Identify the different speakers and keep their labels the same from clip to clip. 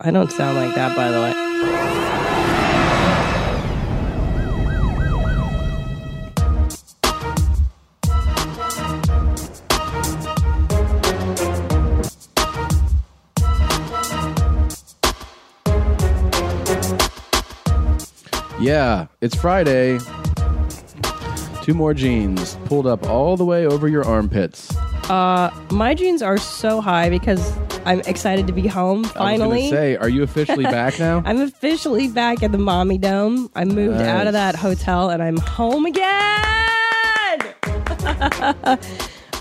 Speaker 1: I don't sound like that, by the way.
Speaker 2: Yeah, it's Friday. Two more jeans pulled up all the way over your armpits.
Speaker 1: Uh, My jeans are so high because I'm excited to be home
Speaker 2: I was
Speaker 1: finally.
Speaker 2: gonna say, are you officially back now?
Speaker 1: I'm officially back at the Mommy Dome. I moved
Speaker 2: Nice.
Speaker 1: out of that hotel and I'm home again. I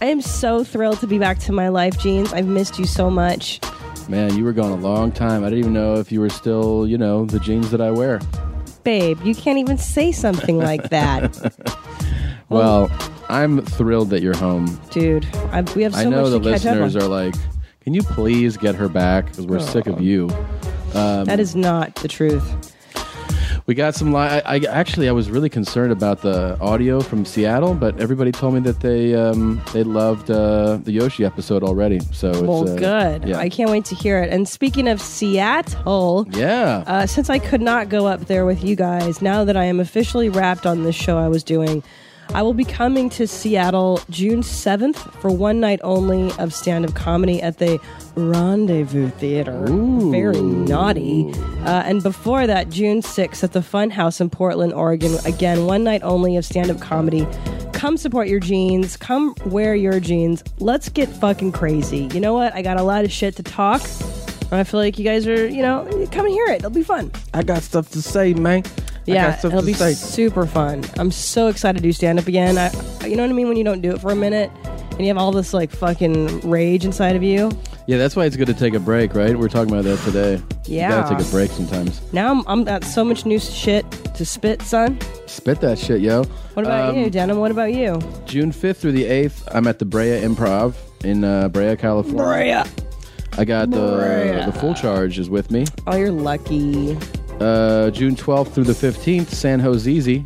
Speaker 1: am so thrilled to be back to my life, jeans. I've missed you so much.
Speaker 2: Man, you were gone a long time. I didn't even know if you were still, you know, the jeans that I wear.
Speaker 1: Babe, you can't even say something like that.
Speaker 2: Well, I'm thrilled that you're home.
Speaker 1: Dude, I, we have so
Speaker 2: I know
Speaker 1: much
Speaker 2: the
Speaker 1: to catch up on.
Speaker 2: listeners are like, can you please get her back? Because we're sick of you. um,
Speaker 1: that is not the truth.
Speaker 2: We got some. Li- I, I actually I was really concerned about the audio from Seattle, but everybody told me that they um, they loved uh, the Yoshi episode already. So it's,
Speaker 1: Well,
Speaker 2: uh,
Speaker 1: good.
Speaker 2: Yeah.
Speaker 1: I can't wait to hear it. And speaking of Seattle,
Speaker 2: yeah.
Speaker 1: uh, since I could not go up there with you guys, now that I am officially wrapped on this show I was doing, I will be coming to Seattle June 7th for one night only of stand up comedy at the Rendezvous Theater. Very naughty. Uh, and before that, June 6th at the Fun House in Portland, Oregon. Again, one night only of stand up comedy. Come support your jeans. Come wear your jeans. Let's get fucking crazy. You know what? I got a lot of shit to talk. And I feel like you guys are, you know, come and hear it. It'll be fun.
Speaker 2: I got stuff to say, man.
Speaker 1: Yeah, it'll be super fun. I'm so excited to do stand up again. I, you know what I mean? When you don't do it for a minute and you have all this like fucking rage inside of you.
Speaker 2: Yeah, that's why it's good to take a break, right? We're talking about that today.
Speaker 1: Yeah.
Speaker 2: you gotta take a break sometimes.
Speaker 1: Now I'm, I'm got so much new shit to spit, son.
Speaker 2: Spit that shit, yo.
Speaker 1: What about
Speaker 2: Um,
Speaker 1: you, Denim? What about you?
Speaker 2: June fifth through the eighth, I'm at the Brea Improv in uh, Brea, California. I got the the full charge is with me.
Speaker 1: Oh, you're lucky.
Speaker 2: Uh, June 12th through the 15th, San Jose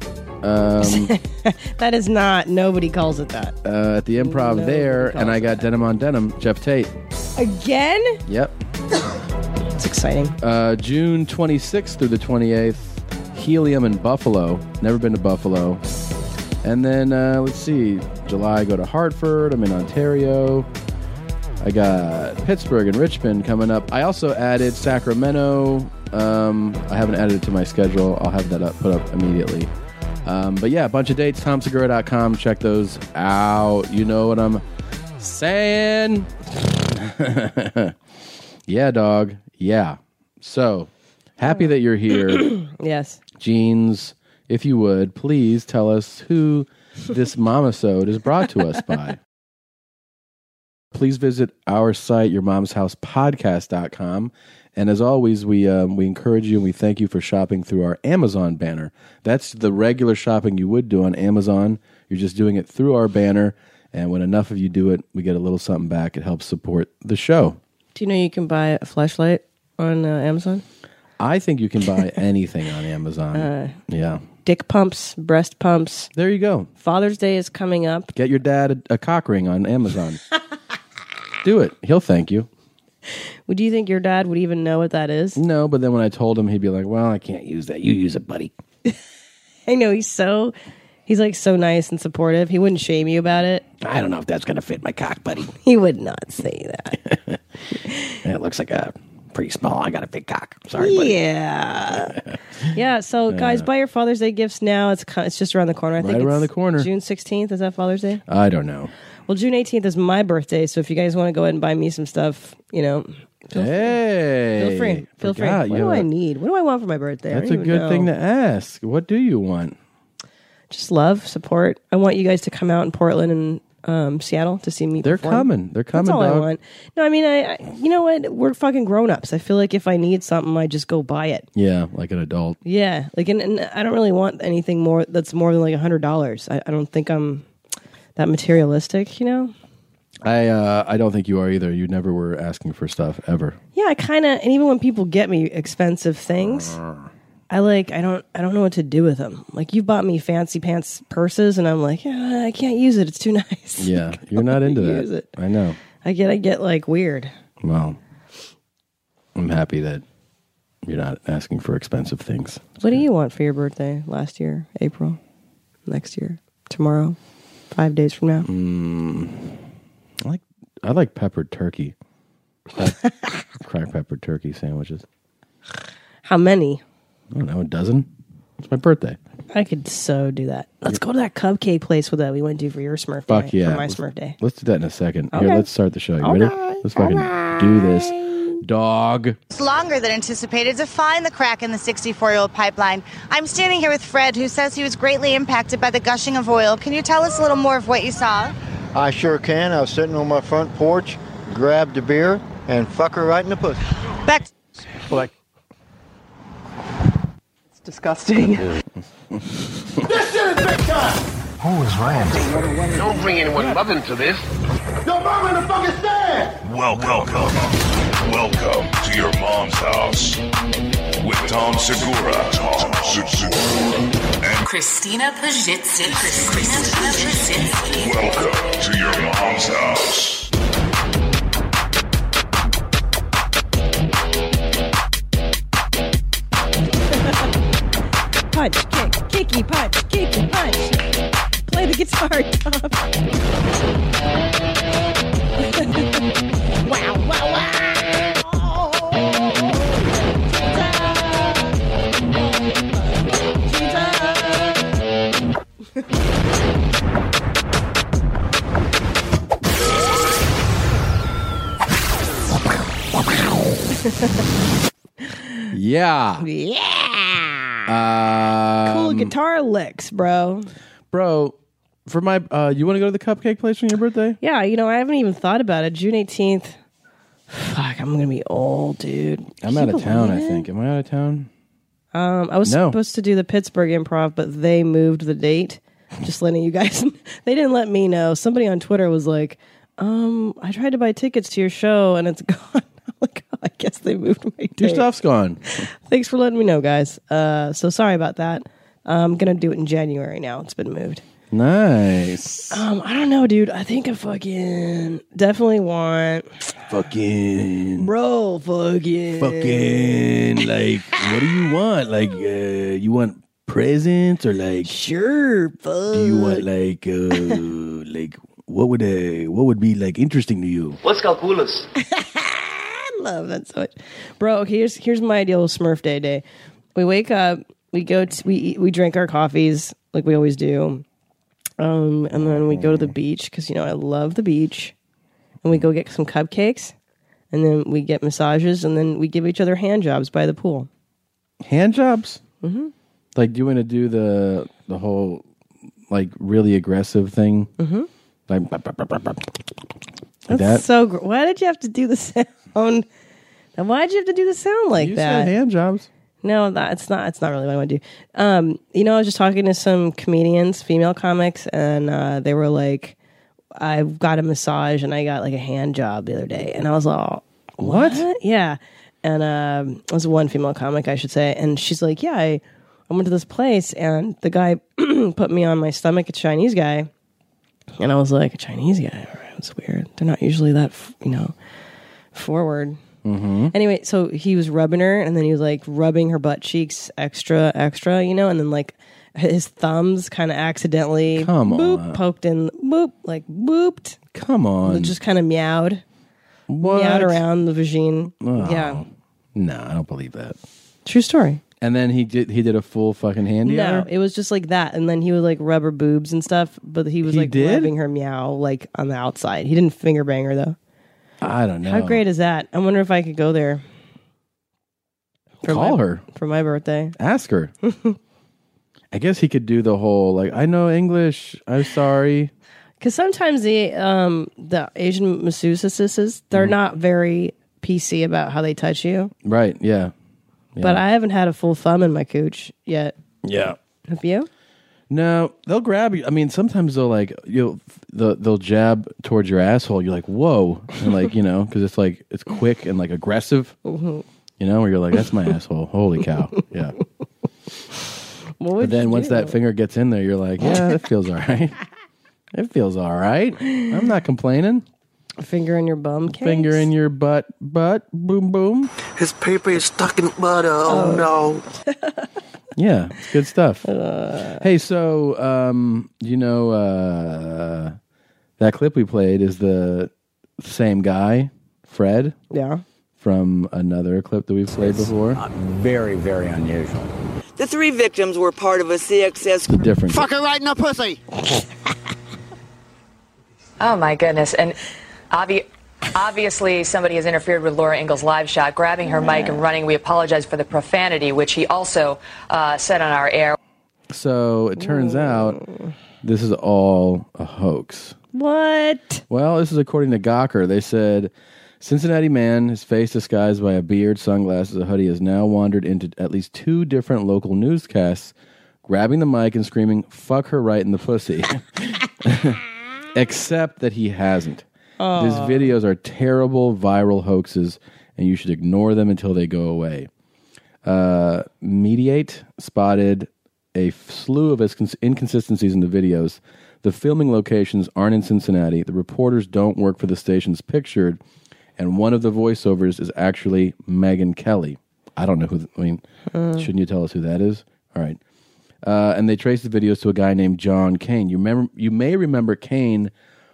Speaker 2: um,
Speaker 1: That is not. Nobody calls it that.
Speaker 2: uh, at the improv
Speaker 1: No,
Speaker 2: there,
Speaker 1: who calls
Speaker 2: and I
Speaker 1: it
Speaker 2: got Denim on Denim, Jeff Tate.
Speaker 1: Again?
Speaker 2: Yep.
Speaker 1: It's exciting.
Speaker 2: Uh, June 26th through the 28th, Helium in Buffalo. Never been to Buffalo. And then uh, let's see, July I go to Hartford. I'm in Ontario. I got Pittsburgh and Richmond coming up. I also added Sacramento. Um, I haven't added it to my schedule. I'll have that up put up immediately. Um, but yeah, a bunch of dates. TomSegura.com. Check those out. You know what I'm saying? yeah, dog. Yeah. So happy that you're here.
Speaker 1: Yes.
Speaker 2: Jeans, if you would, please tell us who this momisode is brought to us by. Please visit our site, yourmomshousepodcast.com. And as always, we, um, we encourage you and we thank you for shopping through our Amazon banner. That's the regular shopping you would do on Amazon. You're just doing it through our banner. And when enough of you do it, we get a little something back. It helps support the show.
Speaker 1: Do you know you can buy a flashlight on uh, Amazon?
Speaker 2: I think you can buy anything on Amazon. yeah.
Speaker 1: Uh, Dick pumps, breast pumps.
Speaker 2: There you go.
Speaker 1: Father's Day is coming up.
Speaker 2: Get your dad a, a cock ring on Amazon. Do it. He'll thank you.
Speaker 1: Would you think your dad would even know what that is?
Speaker 2: No, but then when I told him, he'd be like, "Well, I can't use that. You use it, buddy."
Speaker 1: I know he's so he's like so nice and supportive. He wouldn't shame you about it.
Speaker 2: I don't know if that's gonna fit my cock, buddy.
Speaker 1: He would not say that.
Speaker 2: It looks like a pretty small. I got a big cock. Sorry, buddy.
Speaker 1: yeah. Yeah, so guys, buy your Father's Day gifts now. It's co- it's just around the corner. I think
Speaker 2: Right around
Speaker 1: it's
Speaker 2: the corner.
Speaker 1: June 16th is that Father's Day?
Speaker 2: I don't know.
Speaker 1: Well, June 18th is my birthday, so if you guys want to go ahead and buy me some stuff, you know, feel,
Speaker 2: Hey,
Speaker 1: feel free. Feel free.
Speaker 2: forgot
Speaker 1: What
Speaker 2: you
Speaker 1: do I
Speaker 2: have a-
Speaker 1: need? What do I want for my birthday? I
Speaker 2: That's a
Speaker 1: don't
Speaker 2: good
Speaker 1: even know.
Speaker 2: thing to ask. What do you want?
Speaker 1: just love, support. I want you guys to come out in Portland and um, Seattle to see me.
Speaker 2: They're
Speaker 1: perform.
Speaker 2: coming. They're coming.
Speaker 1: That's all I
Speaker 2: dog.
Speaker 1: want. No, I mean, I, I you know what? We're fucking grown ups. I feel like if I need something, I just go buy it.
Speaker 2: Yeah, like an adult.
Speaker 1: Yeah, like, and, and I don't really want anything more that's more than like a hundred dollars. I, I don't think I'm that materialistic, you know.
Speaker 2: I uh, I don't think you are either. You never were asking for stuff ever.
Speaker 1: Yeah, I kind of, and even when people get me expensive things, I like, I don't, I don't know what to do with them. Like, you bought me fancy pants purses, and I'm like, yeah, I can't use it. It's too nice.
Speaker 2: Yeah, you're not into
Speaker 1: Use
Speaker 2: that.
Speaker 1: it.
Speaker 2: I know.
Speaker 1: I get, I get like weird.
Speaker 2: Well, I'm happy that You're not asking for expensive things.
Speaker 1: What do you want for your birthday last year, April? Next year? Tomorrow? Five days from now?
Speaker 2: Mm, I like I like peppered turkey. Crack peppered turkey sandwiches.
Speaker 1: How many?
Speaker 2: I don't know, a dozen? It's my birthday.
Speaker 1: I could so do that. Let's go to that cupcake place with that we went to for your Smurf
Speaker 2: Fuck
Speaker 1: day.
Speaker 2: yeah.
Speaker 1: For my
Speaker 2: Let's-
Speaker 1: Smurf day.
Speaker 2: Let's do that in a second. Here,
Speaker 1: Okay.
Speaker 2: let's start the show. You ready? Let's fucking do this. Dog.
Speaker 3: It's longer than anticipated to find the crack in the 64 year old pipeline. I'm standing here with Fred, who says he was greatly impacted by the gushing of oil. Can you tell us a little more of what you saw?
Speaker 4: I sure can. I was sitting on my front porch, grabbed a beer, and fuck her right in the pussy.
Speaker 3: Back
Speaker 4: Like,
Speaker 5: disgusting.
Speaker 6: Don't bring anyone love into this.
Speaker 7: Welcome. Welcome to your mom's house with Tom Segura. Tom Segura. And
Speaker 8: Christina Pajitsky. Christina Pajitsky.
Speaker 7: welcome to your mom's house.
Speaker 1: Punch, kick, kicky, punch, kicky, punch. Play the guitar, Tom.
Speaker 2: Yeah. Um,
Speaker 1: Cool guitar licks, bro.
Speaker 2: Bro, for my uh you want to go to the cupcake place on your birthday?
Speaker 1: Yeah, you know, I haven't even thought about it. June 18th. Fuck, I'm going to be old, dude.
Speaker 2: I'm
Speaker 1: Can
Speaker 2: out
Speaker 1: you
Speaker 2: of town, I
Speaker 1: believe it?
Speaker 2: think. Am I out of town?
Speaker 1: Um, I was
Speaker 2: No.
Speaker 1: supposed to do the Pittsburgh improv, but they moved the date. Just letting you guys, they didn't let me know. Somebody on Twitter was like, um, I tried to buy tickets to your show and it's gone. I'm like, oh, I guess they moved my date.
Speaker 2: Your stuff's gone.
Speaker 1: Thanks for letting me know, guys. Uh, so sorry about that. Uh, I'm going to do it in January now. It's been moved.
Speaker 2: Nice.
Speaker 1: Um, I don't know, dude. I think I fucking definitely want,
Speaker 2: Fucking
Speaker 1: bro, fucking.
Speaker 2: fucking like what do you want? Like uh you want presents or like
Speaker 1: Sure, fuck.
Speaker 2: do you want like uh like what would uh what would be like interesting to you?
Speaker 9: What's calculus?
Speaker 1: I love that so much, bro. Okay, here's here's my deal with Smurf Day Day. We wake up, we go, to, we eat, we drink our coffees like we always do, um, and then we go to the beach because you know I love the beach, and we go get some cupcakes, and then we get massages, and then we give each other hand jobs by the pool.
Speaker 2: hand jobs mm-hmm. like do you want to do the the whole like really aggressive thing mm-hmm. like, bop, bop, bop, bop, bop. like that
Speaker 1: So gr- why did you have to do the sound? And why did you have to do the sound like
Speaker 2: you
Speaker 1: that?
Speaker 2: said hand jobs
Speaker 1: No, that's not. It's not really what I want to do. Um, you know, I was just talking to some comedians, female comics, and uh, they were like, "I got a massage and I got like a hand job the other day," and I was like,
Speaker 2: what,
Speaker 1: yeah. And um, it was one female comic, I should say. And she's like, yeah, I, I went to this place and the guy put me on my stomach, a Chinese guy. And I was like, a Chinese guy? All right, that's weird. They're not usually that, f- you know, forward.
Speaker 2: Mm-hmm.
Speaker 1: Anyway, so he was rubbing her and then he was like rubbing her butt cheeks extra, extra, you know, and then like his thumbs kind of accidentally
Speaker 2: Come
Speaker 1: boop,
Speaker 2: on.
Speaker 1: poked in, boop, like booped,
Speaker 2: come on
Speaker 1: just kind of meowed,
Speaker 2: what?
Speaker 1: meowed around the vagine.
Speaker 2: Oh.
Speaker 1: Yeah.
Speaker 2: no i don't believe that
Speaker 1: True story.
Speaker 2: and then he did he did a full fucking hand
Speaker 1: No,
Speaker 2: together?
Speaker 1: it was just like that, and then he would like rub her boobs and stuff, but he was
Speaker 2: He
Speaker 1: like
Speaker 2: did?
Speaker 1: rubbing her meow like on the outside. He didn't finger bang her though.
Speaker 2: i don't know
Speaker 1: How great is that? I wonder if I could go there. For
Speaker 2: Call
Speaker 1: my-
Speaker 2: her.
Speaker 1: for my birthday.
Speaker 2: ask her i guess he could do the whole like i know english i'm sorry
Speaker 1: Because sometimes the um the Asian masseuses
Speaker 2: Mm-hmm.
Speaker 1: they're not very PC about how they touch you.
Speaker 2: right yeah
Speaker 1: But I haven't had a full thumb in my cooch yet.
Speaker 2: yeah
Speaker 1: Have you?
Speaker 2: No, they'll grab you. I mean, sometimes they'll like you'll they'll, they'll jab towards your asshole. You're like, whoa, and like you know, because it's like it's quick and like aggressive. You know, where you're like, that's my asshole. Holy cow, yeah.
Speaker 1: What would
Speaker 2: But then
Speaker 1: you
Speaker 2: once
Speaker 1: do?
Speaker 2: that finger gets in there, you're like, yeah, it feels all right. It feels all right. I'm not complaining.
Speaker 1: Finger in your bum cakes?
Speaker 2: Finger in your butt, butt, boom, boom.
Speaker 5: His paper is stuck in butter. Oh, no.
Speaker 2: Yeah, it's good stuff. hey, so um, you know uh, that clip we played is the same guy, Fred,
Speaker 1: Yeah.
Speaker 2: from another clip that we've played before.
Speaker 9: Very, very unusual.
Speaker 10: The three victims were part of a CXS.
Speaker 2: The different.
Speaker 4: Fucker right in the pussy.
Speaker 10: Oh my goodness! And obvi- obviously, somebody has interfered with Laura Ingalls' live shot, grabbing her mic and running. We apologize for the profanity, which he also uh, said on our air.
Speaker 2: So it turns out this is all a hoax.
Speaker 1: What?
Speaker 2: Well, this is according to Gawker. They said Cincinnati man, his face disguised by a beard, sunglasses, a hoodie, has now wandered into at least two different local newscasts, grabbing the mic and screaming, fuck her right in the pussy. Except that he hasn't. These videos are terrible viral hoaxes, and you should ignore them until they go away. Uh, Mediate spotted a slew of incons- inconsistencies in the videos. The filming locations aren't in Cincinnati. The reporters don't work for the stations pictured, and one of the voiceovers is actually Megan Kelly. I don't know who. th- I mean, shouldn't you tell us who that is? All right. Uh, and they traced the videos to a guy named John Kane. You remember? You may remember Kane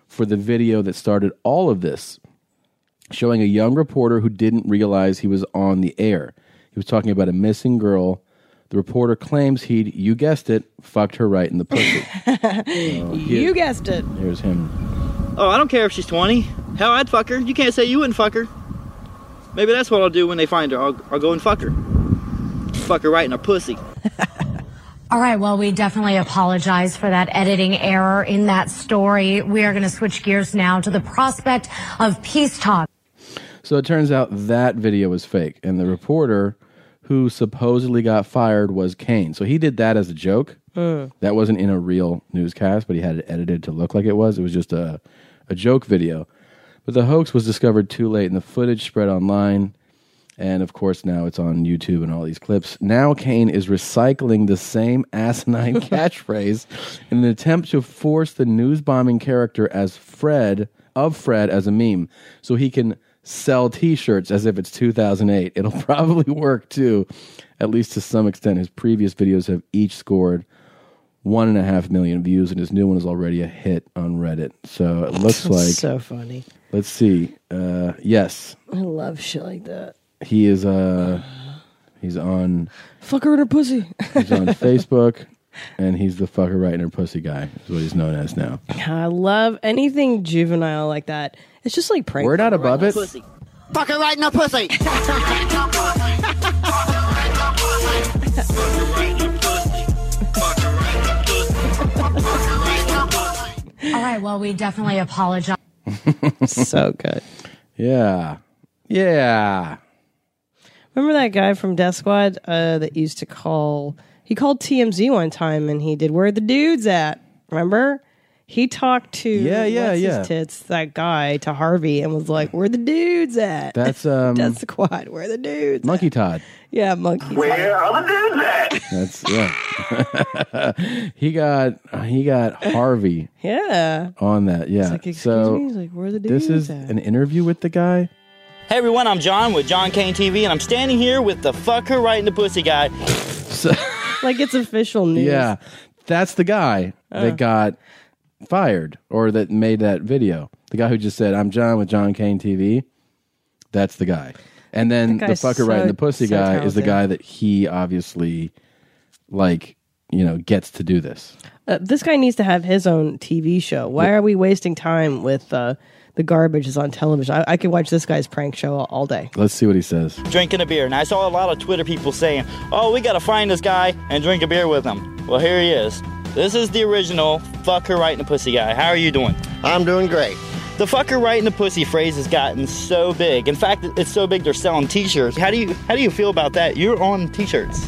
Speaker 2: for the video that started all of this showing a young reporter who didn't realize he was on the air. He was talking about a missing girl. The reporter claims he'd, you guessed it, fucked her right in the pussy.
Speaker 1: You guessed it.
Speaker 2: Here's him.
Speaker 10: Oh, I don't care if she's 20. Hell, I'd fuck her. You can't say you wouldn't fuck her. Maybe that's what I'll do when they find her. I'll, I'll go and fuck her. Fuck her right in a pussy.
Speaker 8: All right, well, we definitely apologize for that editing error in that story. We are going to switch gears now to the prospect of peace talks.
Speaker 2: So it turns out that video was fake, and the reporter who supposedly got fired was Kane. So he did that as a joke. That wasn't in a real newscast, but he had it edited to look like it was. It was just a, a joke video. But the hoax was discovered too late, and the footage spread online. And of course, now it's on YouTube and all these clips. Now Kane is recycling the same asinine catchphrase in an attempt to force the news bombing character as Fred of Fred as a meme, so he can sell T-shirts as if it's 2008. It'll probably work too, at least to some extent. His previous videos have each scored one and a half million views, and his new one is already a hit on Reddit. So it looks like
Speaker 1: so funny.
Speaker 2: let's see. Uh, yes,
Speaker 1: I love shit like that.
Speaker 2: he is. Uh, he's on.
Speaker 1: Fuck her in her pussy.
Speaker 2: He's on Facebook, and he's the fucker right in her pussy guy. Is what he's known as now.
Speaker 1: I love anything juvenile like that. It's just like prank.
Speaker 2: We're not above it.
Speaker 4: Fucker right in the pussy.
Speaker 8: All right, well, we definitely apologize.
Speaker 1: so good.
Speaker 2: Yeah, yeah.
Speaker 1: Remember that guy from Death Squad uh, that used to call? He called TMZ one time and he did "Where the dudes at?" Remember? He talked to
Speaker 2: Yeah, yeah,
Speaker 1: what's his
Speaker 2: yeah.
Speaker 1: tits that guy to Harvey and was like, "Where the dudes at?"
Speaker 2: That's um,
Speaker 1: Death Squad. Where the dudes?
Speaker 2: Monkey Todd.
Speaker 1: yeah, monkey.
Speaker 6: Where are the
Speaker 2: That's
Speaker 6: dudes at?
Speaker 2: yeah. he got he got Harvey
Speaker 1: Yeah.
Speaker 2: on that. Yeah.
Speaker 1: Like, excuse
Speaker 2: so
Speaker 1: me. He's like, "Where the dudes
Speaker 2: this is
Speaker 1: at?"
Speaker 2: an interview with the guy.
Speaker 10: Hey everyone, I'm John with John Kane TV, and I'm standing here with the fuck her right in the pussy guy.
Speaker 2: So,
Speaker 1: like it's official news.
Speaker 2: yeah, that's the guy
Speaker 1: Oh.
Speaker 2: that got fired or that made that video. The guy who just said, "I'm John with John Kane TV." That's the guy. And then the
Speaker 1: That guy's
Speaker 2: fucker right in
Speaker 1: so-
Speaker 2: the pussy
Speaker 1: so
Speaker 2: guy is the
Speaker 1: talented.
Speaker 2: guy that he obviously like, you know, gets to do this.
Speaker 1: Uh, this guy needs to have his own TV show. Why are we wasting time with uh, the garbage that's on television? I, I could watch this guy's prank show all, all day.
Speaker 2: Let's see what he says.
Speaker 10: drinking a beer. And I saw a lot of Twitter people saying, oh, we gotta find this guy and drink a beer with him. Well, here he is. This is the original fucker right in the pussy guy. How are you doing?
Speaker 4: I'm doing great.
Speaker 10: The fucker right in the pussy phrase has gotten so big. In fact, it's so big they're selling t-shirts. How do you how do you feel about that? You're on t-shirts.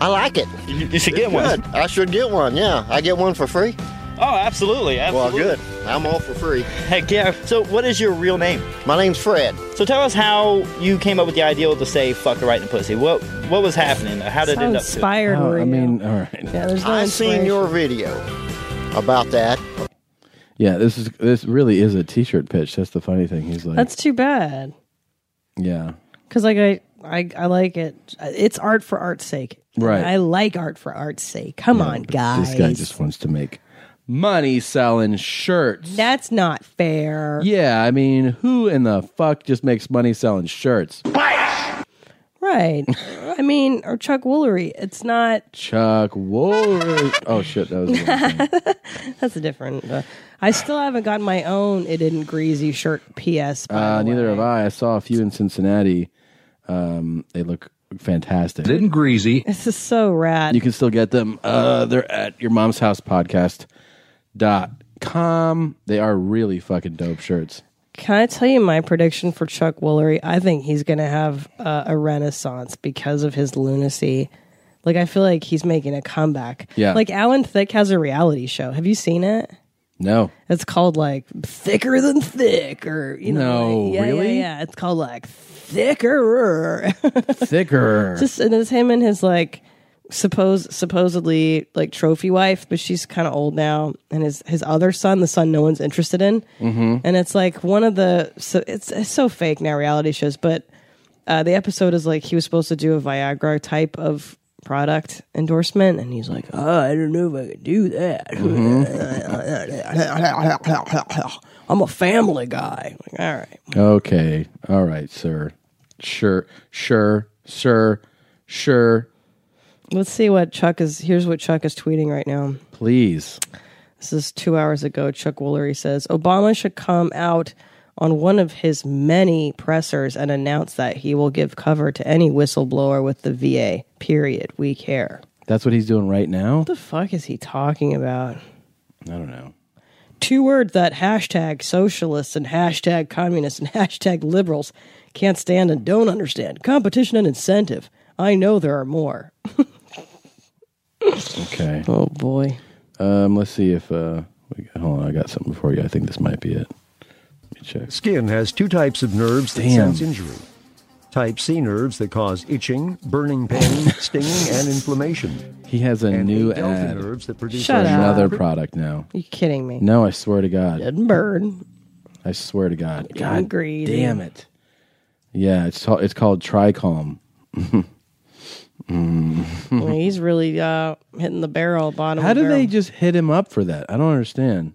Speaker 4: I like it.
Speaker 10: You, you should get one.
Speaker 4: Good. I should get one. Yeah, I get one for free.
Speaker 10: Oh, absolutely.
Speaker 4: Well,
Speaker 10: absolutely.
Speaker 4: good. I'm all for free.
Speaker 10: Heck yeah. So what is your real name?
Speaker 4: My name's Fred.
Speaker 10: So tell us how you came up with the idea to say fucker right in the pussy. What what was happening? How did
Speaker 1: So
Speaker 10: it end up to?
Speaker 1: inspired.
Speaker 2: Oh, I
Speaker 1: Maria.
Speaker 2: mean, all right.
Speaker 1: yeah, there's no
Speaker 4: I seen
Speaker 1: inspiration.
Speaker 4: your video about that.
Speaker 2: Yeah, this is this really is a t-shirt pitch. That's the funny thing. He's like,
Speaker 1: That's too bad.
Speaker 2: yeah,
Speaker 1: Because like I, I, I like it. It's art for art's sake.
Speaker 2: Right.
Speaker 1: I like art for art's sake. Come on, guys.
Speaker 2: this guy just wants to make money selling shirts.
Speaker 1: That's not fair.
Speaker 2: Yeah, I mean, who in the fuck just makes money selling shirts?
Speaker 1: Right. I mean, or Chuck Woolery. It's not.
Speaker 2: Chuck Woolery. Oh shit, that was the wrong thing.
Speaker 1: That's a different. Uh, I still haven't gotten my own. It didn't greasy shirt. P.S. by
Speaker 2: Uh,
Speaker 1: the way.
Speaker 2: neither have I. I saw a few in Cincinnati. Um, they look fantastic. Didn't greasy.
Speaker 1: This is so rad.
Speaker 2: You can still get them. Uh, they're at your mom's house podcast dot com. They are really fucking dope shirts.
Speaker 1: Can I tell you my prediction for Chuck Woolery? I think he's going to have uh, a renaissance because of his lunacy. Like, I feel like he's making a comeback.
Speaker 2: Yeah.
Speaker 1: Like, Alan Thicke has a reality show. Have you seen it?
Speaker 2: No,
Speaker 1: It's called, like, Thicker Than Thick, or, you know.
Speaker 2: No,
Speaker 1: like- yeah,
Speaker 2: really?
Speaker 1: Yeah, yeah. It's called, like, Thicker.
Speaker 2: thicker.
Speaker 1: Just, and it's him and his, like, suppose supposedly like trophy wife but she's kind of old now and his his other son the son no one's interested in
Speaker 2: mm-hmm.
Speaker 1: and it's like one of the so it's, it's so fake now reality shows but uh, the episode is like he was supposed to do a viagra type of product endorsement and he's like oh i don't know if i could do that i'm a family guy like, all right
Speaker 2: Okay. All right, sir. Sure. Sure. Sir. Sure.
Speaker 1: let's see what chuck is here's what chuck is tweeting right now
Speaker 2: Please.
Speaker 1: This is two hours ago. Chuck Woolery says Obama should come out on one of his many pressers and announce that he will give cover to any whistleblower with the VA. Period. We care.
Speaker 2: That's what he's doing right now?
Speaker 1: What the fuck is he talking about?
Speaker 2: I don't know.
Speaker 1: Two words that hashtag socialists and hashtag communists and hashtag liberals can't stand and don't understand competition and incentive. I know there are more.
Speaker 2: Okay.
Speaker 1: Oh boy.
Speaker 2: Um, let's see if uh we got, hold on, I got something for you. I think this might be it. Let me check.
Speaker 11: Skin has two types of nerves that
Speaker 2: Damn.
Speaker 11: sense injury. Type C nerves that cause itching, burning pain, stinging, and inflammation.
Speaker 2: He has a new
Speaker 11: delta
Speaker 2: ad.
Speaker 11: nerves that produce
Speaker 1: Shut a up.
Speaker 2: another
Speaker 1: shock.
Speaker 2: product now.
Speaker 1: You kidding me?
Speaker 2: No, I swear to God.
Speaker 1: Dead bird.
Speaker 2: I swear to God.
Speaker 1: I'm
Speaker 2: God
Speaker 1: greedy.
Speaker 2: damn it. Yeah, it's ta- it's called Tricom. Mm.
Speaker 1: Well, he's really uh, hitting the barrel, bottom.
Speaker 2: How
Speaker 1: of the
Speaker 2: do
Speaker 1: barrel.
Speaker 2: they just hit him up for that? I don't understand.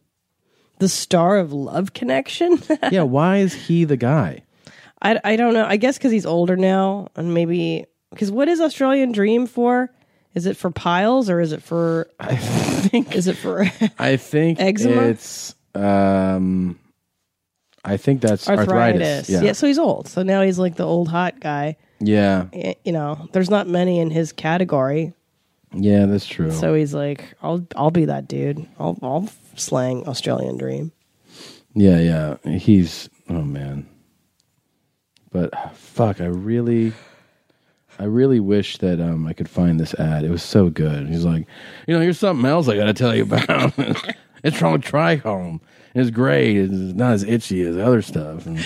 Speaker 1: the star of Love Connection.
Speaker 2: yeah, why is he the guy?
Speaker 1: I, I don't know. I guess because he's older now, and maybe because what is Australian Dream for? Is it for piles or is it for? I think is it for
Speaker 2: I think
Speaker 1: Eczema?
Speaker 2: it's um I think that's arthritis.
Speaker 1: arthritis?
Speaker 2: Yeah.
Speaker 1: Yeah. So he's old. So now he's like the old hot guy.
Speaker 2: yeah.
Speaker 1: Y- You know, there's not many in his category.
Speaker 2: Yeah, that's true.
Speaker 1: So he's like, I'll I'll be that dude. I'll I'll slang Australian Dream.
Speaker 2: Yeah, yeah. He's oh man. But ah, fuck, I really I really wish that um I could find this ad. It was so good. He's like, you know, here's something else I gotta tell you about. it's from Trichome. It's great. It's not as itchy as other stuff. And,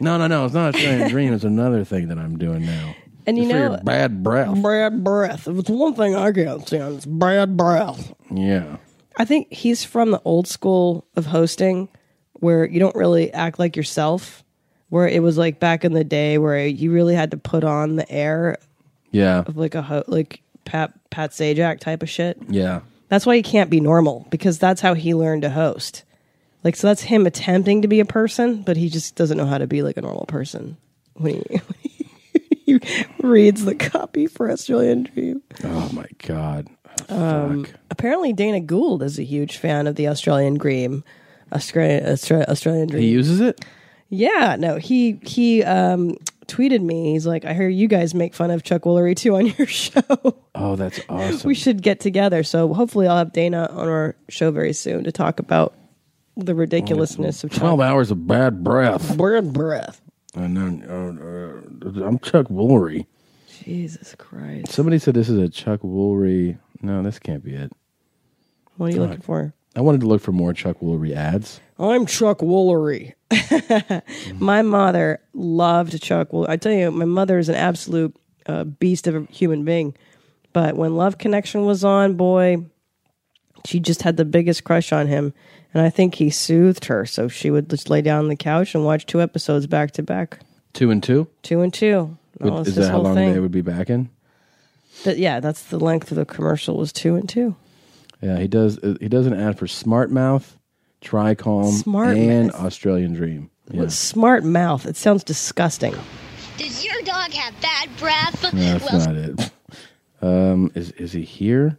Speaker 2: no, no, no. It's not a strange dream. It's another thing that I'm doing now.
Speaker 1: And you
Speaker 2: It's for
Speaker 1: know-
Speaker 2: your bad breath.
Speaker 1: Bad breath. If it's one thing I can't stand, it's bad breath.
Speaker 2: Yeah.
Speaker 1: I think he's from the old school of hosting where you don't really act like yourself, where it was like back in the day where you really had to put on the air
Speaker 2: Yeah.
Speaker 1: of like a ho- like Pat Pat Sajak type of shit.
Speaker 2: Yeah.
Speaker 1: That's why he can't be normal because that's how he learned to host. Like so that's him attempting to be a person, but he just doesn't know how to be like a normal person when he, when he reads the copy for Australian Dream.
Speaker 2: Oh my god.
Speaker 1: Um, apparently, Dana Gould is a huge fan of the Australian Dream. Australian, Austra- Australian Dream.
Speaker 2: He uses it?
Speaker 1: yeah, no, he he um, tweeted me. He's like, I hear you guys make fun of Chuck Woolery too on your show.
Speaker 2: Oh, that's awesome.
Speaker 1: we should get together. So hopefully, I'll have Dana on our show very soon to talk about the ridiculousness of Chuck.
Speaker 2: Twelve hours of bad breath.
Speaker 1: Bird breath.
Speaker 2: And then uh, uh, I'm Chuck Woolery.
Speaker 1: Jesus Christ!
Speaker 2: Somebody said this is a Chuck Woolery. No, this can't be it.
Speaker 1: What are you
Speaker 2: Fuck.
Speaker 1: looking for?
Speaker 2: I wanted to look for more Chuck Woolery ads.
Speaker 1: I'm Chuck Woolery. my mother loved Chuck Woolery. I tell you, my mother is an absolute uh, beast of a human being. But when Love Connection was on, boy, She just had the biggest crush on him, and I think he soothed her. So she would just lay down on the couch and watch two episodes back to back,
Speaker 2: Two and two.
Speaker 1: two and two. That
Speaker 2: Would-
Speaker 1: was
Speaker 2: is
Speaker 1: Oh, his
Speaker 2: that how
Speaker 1: whole
Speaker 2: long
Speaker 1: thing.
Speaker 2: they would be back in?
Speaker 1: But yeah, that's the length of the commercial was two and two.
Speaker 2: Yeah, he does. uh, He does an ad for Smart Mouth, Tricom,
Speaker 1: Smart
Speaker 2: and
Speaker 1: Mouth.
Speaker 2: Australian Dream. Yeah.
Speaker 1: What smart mouth. It sounds disgusting.
Speaker 12: Does your dog have bad breath?
Speaker 2: No, that's
Speaker 12: well,
Speaker 2: not it. Um, is is he here?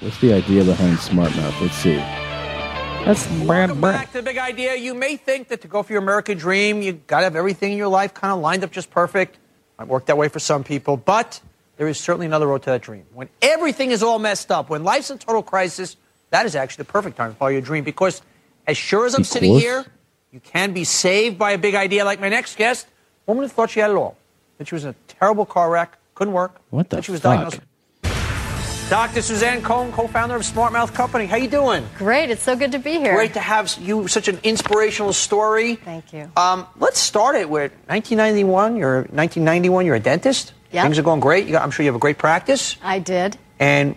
Speaker 2: What's the idea behind Smart Mouth? Let's see.
Speaker 1: That's Brad
Speaker 13: Back to the big idea. You may think that to go for your American dream, you got to have everything in your life kind of lined up just perfect. Might work that way for some people, but there is certainly another road to that dream. When everything is all messed up, when life's in total crisis, that is actually the perfect time to follow your dream because, as sure as I'm sitting
Speaker 14: Because?
Speaker 13: here, you can be saved by a big idea like my next guest, a woman who thought she had it all. That she was in a terrible car wreck, couldn't work.
Speaker 2: What the
Speaker 13: that she was
Speaker 2: fuck?
Speaker 13: diagnosed. Dr. Suzanne Cohn, co-founder of Smart Mouth Company. How you doing?
Speaker 15: Great. It's so good to be here.
Speaker 13: Great to have you. Such an inspirational story. Thank
Speaker 15: you.
Speaker 13: Um, let's start it with 1991. You're 1991. You're a dentist.
Speaker 15: Yep.
Speaker 13: Things are going great. You got, I'm sure you have a great practice.
Speaker 15: I did.
Speaker 13: And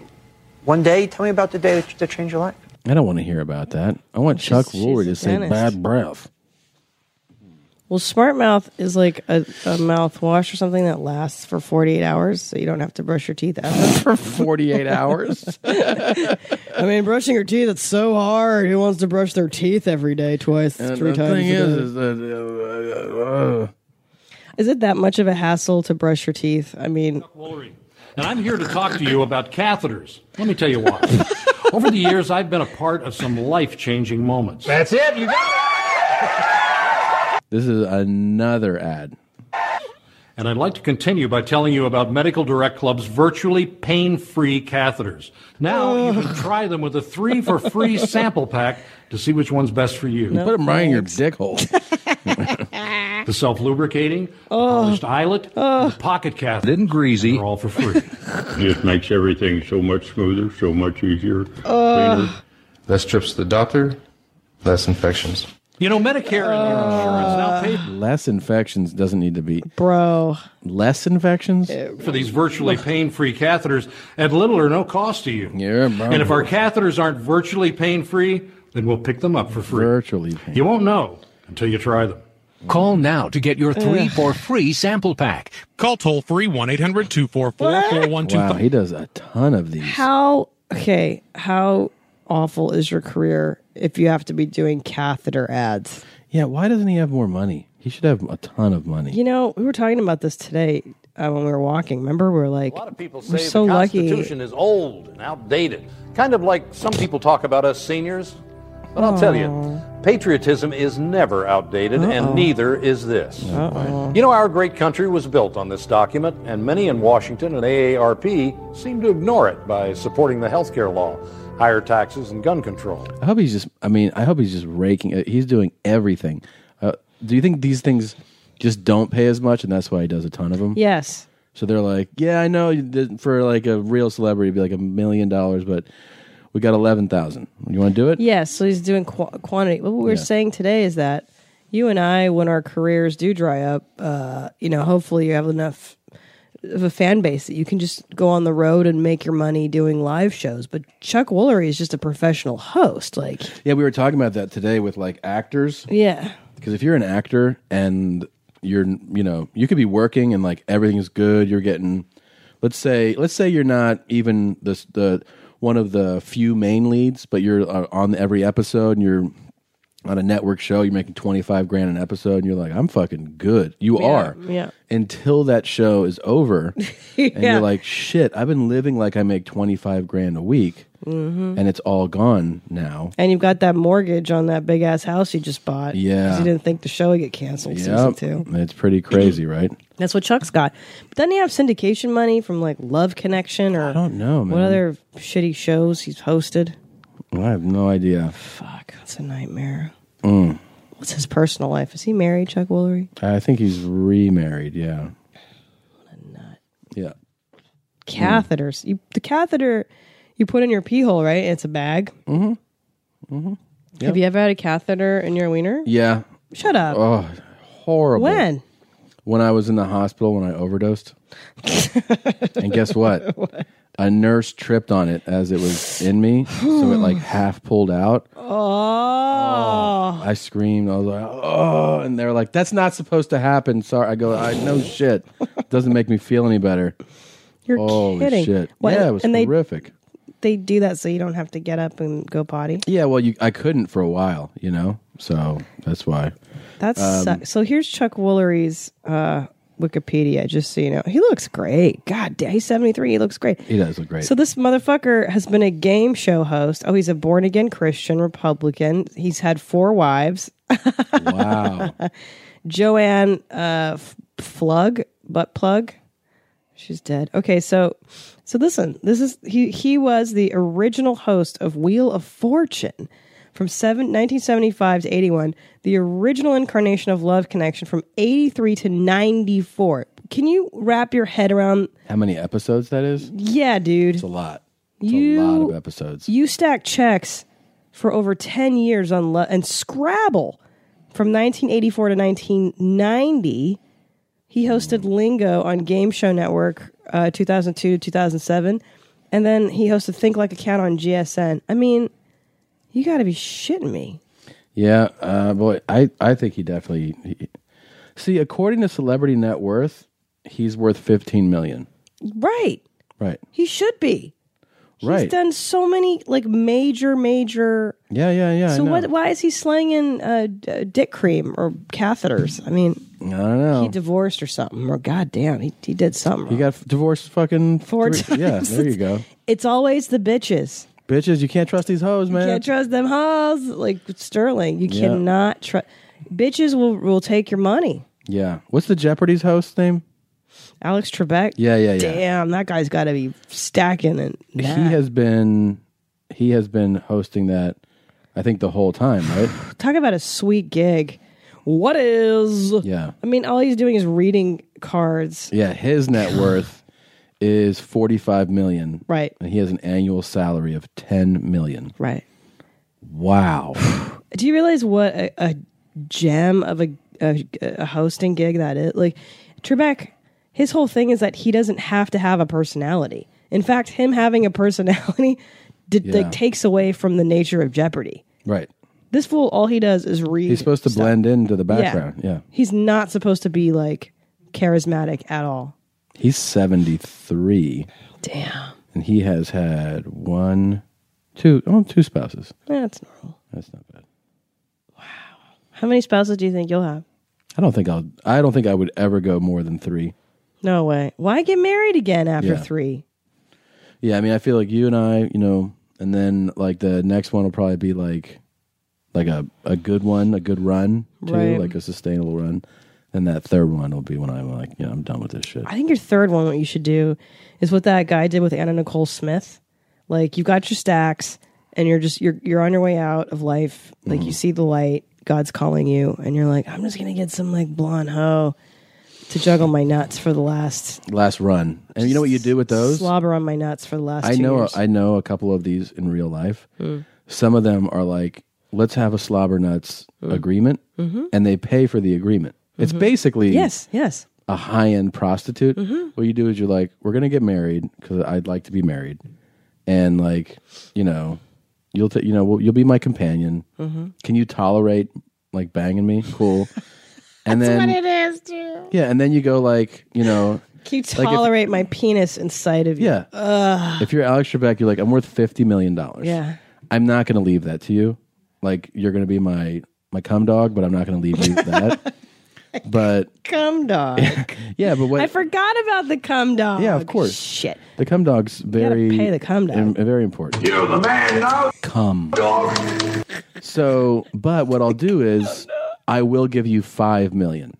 Speaker 13: one day, tell me about the day that, that changed your life.
Speaker 2: I don't want to hear about that. I want Chuck Woolery to say
Speaker 1: dentist.
Speaker 2: bad breath.
Speaker 1: Well, smart mouth is like a, a mouthwash or something that lasts for 48 hours, so you don't have to brush your teeth after.
Speaker 2: for 48 hours?
Speaker 1: I mean, brushing your teeth, it's so hard. Who wants to brush their teeth every day, twice, three
Speaker 2: the
Speaker 1: times?
Speaker 2: thing
Speaker 1: a
Speaker 2: is,
Speaker 1: day?
Speaker 2: is that uh, uh, uh,
Speaker 1: Is it that much of a hassle to brush your teeth? I mean,
Speaker 16: And I'm here to talk to you about catheters. Let me tell you why. Over the years, I've been a part of some life changing moments. That's it. You got
Speaker 2: this is another ad.
Speaker 16: And I'd like to continue by telling you about Medical Direct Club's virtually pain free catheters. Now you can try them with a three for free sample pack to see which one's best for you.
Speaker 2: Put them right in your dick hole.
Speaker 16: the self lubricating, polished eyelet, and the pocket catheter. Didn't greasy. They're all for free.
Speaker 17: just makes everything so much smoother, so much easier,
Speaker 16: Ugh.
Speaker 17: cleaner. Less trips to the doctor, less infections.
Speaker 16: You know, Medicare and your insurance now pay
Speaker 2: less infections doesn't need to be.
Speaker 1: Bro.
Speaker 2: Less infections?
Speaker 16: uh, for these virtually pain-free catheters at little or no cost to you.
Speaker 2: Yeah, bro.
Speaker 16: And if our catheters aren't virtually pain-free, then we'll pick them up for free.
Speaker 2: Virtually
Speaker 16: You won't know until you try them.
Speaker 18: Call now to get your three
Speaker 16: Ugh.
Speaker 18: for free sample pack. Call toll free 1 800 244
Speaker 2: Wow,
Speaker 18: 4125.
Speaker 2: he does a ton of these.
Speaker 1: how okay? How awful is your career if you have to be doing catheter ads?
Speaker 2: Yeah, why doesn't he have more money? He should have a ton of money.
Speaker 1: You know, we were talking about this today uh, when we were walking. Remember, we were like,
Speaker 14: people
Speaker 1: we're
Speaker 14: say
Speaker 1: so
Speaker 14: the
Speaker 1: lucky.
Speaker 14: Constitution is old and outdated, kind of like some people talk about us seniors. But I'll tell you, patriotism is never outdated,
Speaker 15: Uh-oh.
Speaker 14: and neither is this.
Speaker 15: Uh-oh.
Speaker 14: You know, our great country was built on this document, and many in Washington and AARP seem to ignore it by supporting the health care law, higher taxes, and gun control.
Speaker 2: I hope he's just. I mean, I hope he's just raking. uh, He's doing everything. Uh, do you think these things just don't pay as much, and that's why he does a ton of them?
Speaker 1: Yes.
Speaker 2: So they're like, yeah, I know you did- for like a real celebrity, it'd be like a million dollars, but we got eleven thousand. You want to do it?
Speaker 1: Yes, so he's doing qu- quantity. What we were
Speaker 2: Yeah.
Speaker 1: saying today is that you and I, when our careers do dry up, uh, you know, hopefully you have enough of a fan base that you can just go on the road and make your money doing live shows. But Chuck Woolery is just a professional host. Like,
Speaker 2: Yeah, we were talking about that today with like actors.
Speaker 1: yeah,
Speaker 2: Because if you're an actor and you're, you know, you could be working and like everything's good, you're getting, let's say, let's say you're not even the the one of the few main leads, but you're uh, on every episode and you're on a network show, you're making twenty five grand an episode, and you're like, I'm fucking good. You
Speaker 1: Yeah,
Speaker 2: are,
Speaker 1: yeah.
Speaker 2: Until that show is over, and
Speaker 1: Yeah.
Speaker 2: you're like, shit, I've been living like I make twenty five grand a week,
Speaker 1: Mhm.
Speaker 2: and it's all gone now.
Speaker 1: and you've got that mortgage on that big ass house you just bought. 'cause
Speaker 2: Yeah.
Speaker 1: you didn't think the show would get canceled. Season
Speaker 2: Yep.
Speaker 1: two.
Speaker 2: it's pretty crazy, right?
Speaker 1: That's what Chuck's got. But doesn't he have syndication money from like Love Connection or I don't
Speaker 2: know,
Speaker 1: What
Speaker 2: man.
Speaker 1: other shitty shows he's hosted?
Speaker 2: I have no idea.
Speaker 1: Fuck, that's a nightmare.
Speaker 2: Mm.
Speaker 1: What's his personal life? Is he married, Chuck Woolery?
Speaker 2: I think he's remarried. Yeah. Yeah.
Speaker 1: Catheters. You, the catheter you put in your pee hole, right? It's a bag. Mm-hmm.
Speaker 2: Mm-hmm.
Speaker 1: Have you ever had a catheter in your wiener?
Speaker 2: Yeah.
Speaker 1: Shut up.
Speaker 2: Oh, horrible.
Speaker 1: When?
Speaker 2: When I was in the hospital when I overdosed. and guess what? A nurse tripped on it as it was in me, so it like half pulled out.
Speaker 1: Oh.
Speaker 2: I screamed. I was like, "Oh!" And they were like, "That's not supposed to happen." Sorry. I go, "I no shit. Doesn't make me feel any better."
Speaker 1: You're
Speaker 2: Holy
Speaker 1: kidding.
Speaker 2: shit.
Speaker 1: What-
Speaker 2: yeah, it was
Speaker 1: and they-
Speaker 2: horrific.
Speaker 1: They do that so you don't have to get up and go potty.
Speaker 2: Yeah, well, you, I couldn't for a while, you know, so that's why.
Speaker 1: That's
Speaker 2: Um,
Speaker 1: su- so. Here's Chuck Woolery's uh, Wikipedia, just so you know. He looks great. God damn, he's 73. He looks great.
Speaker 2: He does look great.
Speaker 1: So this motherfucker has been a game show host. Oh, he's a born again Christian Republican. He's had four wives.
Speaker 2: wow.
Speaker 1: Joanne uh, F- Flug, butt plug. She's dead. Okay, so so listen, this is he he was the original host of Wheel of Fortune from seven, 1975 to 81, the original incarnation of Love Connection from 83 to 94. Can you wrap your head around
Speaker 2: How many episodes that is?
Speaker 1: Yeah, dude. It's
Speaker 2: a lot.
Speaker 1: you
Speaker 2: a lot of episodes.
Speaker 1: you stack checks for over 10 years on Lo- and Scrabble from 1984 to 1990. He hosted
Speaker 2: Mm.
Speaker 1: Lingo on Game Show Network uh, 2002 to 2007. And then he hosted Think Like a Cat on GSN. I mean, you got to be shitting me.
Speaker 2: Yeah, uh, boy, I, I think he definitely. He, see, according to Celebrity Net Worth, he's worth fifteen million.
Speaker 1: Right.
Speaker 2: Right.
Speaker 1: He should be.
Speaker 2: Right.
Speaker 1: He's done so many like major, major.
Speaker 2: Yeah, yeah, yeah. I
Speaker 1: so
Speaker 2: know.
Speaker 1: what? Why is he slanging uh, d- dick cream or catheters? I mean,
Speaker 2: I don't know.
Speaker 1: he divorced or something. Or goddamn, he he did something.
Speaker 2: He got f- divorced. Fucking
Speaker 1: Four
Speaker 2: three- Yeah,
Speaker 1: times.
Speaker 2: there you go.
Speaker 1: It's always the bitches.
Speaker 2: Bitches, you can't trust these hoes, man.
Speaker 1: You can't trust them hoes like Sterling. You
Speaker 2: Yeah.
Speaker 1: cannot trust. Bitches will will take your money.
Speaker 2: yeah. What's the Jeopardy's host name?
Speaker 1: Alex Trebek.
Speaker 2: Yeah, yeah, yeah.
Speaker 1: Damn, that guy's got to be stacking and
Speaker 2: He has been. He has been hosting that. I think the whole time, right?
Speaker 1: talk about a sweet gig. What is?
Speaker 2: Yeah.
Speaker 1: I mean, all he's doing is reading cards.
Speaker 2: Yeah, his net worth is forty five million.
Speaker 1: Right.
Speaker 2: And he has an annual salary of ten million.
Speaker 1: Right.
Speaker 2: Wow.
Speaker 1: Do you realize what a, a gem of a, a a hosting gig that is? Like Trebek, his whole thing is that he doesn't have to have a personality. In fact, him having a personality did,
Speaker 2: Yeah.
Speaker 1: like takes away from the nature of Jeopardy.
Speaker 2: right.
Speaker 1: This fool, all he does is read.
Speaker 2: He's supposed to
Speaker 1: stuff.
Speaker 2: blend into the background. Yeah.
Speaker 1: He's not supposed to be like charismatic at all.
Speaker 2: He's seventy three.
Speaker 1: Damn.
Speaker 2: And he has had one two oh two spouses.
Speaker 1: That's normal.
Speaker 2: That's not bad.
Speaker 1: How many spouses do you think you'll have?
Speaker 2: I don't think I'll. I don't think I would ever go more than three.
Speaker 1: No way. Why get married again after
Speaker 2: Yeah.
Speaker 1: three?
Speaker 2: Yeah, I mean, I feel like you and I, you know, and then like the next one will probably be like, like a a good one, a good run too,
Speaker 1: Right.
Speaker 2: like a sustainable run. Then that third one will be when I'm like, you know, I'm done with this shit.
Speaker 1: I think your third one, what you should do is what that guy did with Anna Nicole Smith. Like you've got your stacks and you're just you're you're on your way out of life. Like
Speaker 2: Mm-hmm.
Speaker 1: you see the light, God's calling you, and you're like, I'm just gonna get some like blonde hoe to juggle my nuts for the last
Speaker 2: Last run, and you know what you do with those?
Speaker 1: slobber on my nuts for the last
Speaker 2: I
Speaker 1: two
Speaker 2: know,
Speaker 1: years.
Speaker 2: I know a couple of these in real life.
Speaker 1: Mm.
Speaker 2: Some of them are like, let's have a slobber nuts agreement,
Speaker 1: Mhm.
Speaker 2: and they pay for the agreement. It's
Speaker 1: Mhm.
Speaker 2: basically
Speaker 1: Yes, yes.
Speaker 2: a high end prostitute.
Speaker 1: Mhm.
Speaker 2: What you do is you're like, we're gonna get married because I'd like to be married, and like, you know, you'll t- you know well, you'll be my companion.
Speaker 1: Mm-hmm.
Speaker 7: Mhm.
Speaker 2: Can you tolerate like banging me? Cool. and
Speaker 1: That's
Speaker 2: then
Speaker 1: what it is, dude.
Speaker 2: yeah, and then you go like, you know,
Speaker 1: Can you
Speaker 2: like, if-
Speaker 1: tolerate my penis in sight of you?
Speaker 2: Yeah.
Speaker 1: Ugh.
Speaker 2: if you're Alex Trebek, you're like, I'm worth fifty million dollars.
Speaker 1: Yeah.
Speaker 2: I'm not going to leave that to you. Like you're going to be my my cum dog, but I'm not going to leave you that. but
Speaker 1: Cum dog.
Speaker 2: yeah, but
Speaker 1: I
Speaker 2: what?
Speaker 1: forgot about the cum dog.
Speaker 2: Yeah, of course.
Speaker 1: Shit.
Speaker 2: The cum dog's very
Speaker 1: pay the cum dog.
Speaker 2: im- very important.
Speaker 7: You're the man now.
Speaker 2: Cum
Speaker 7: dog.
Speaker 2: So, but what I'll do is I will give you five million.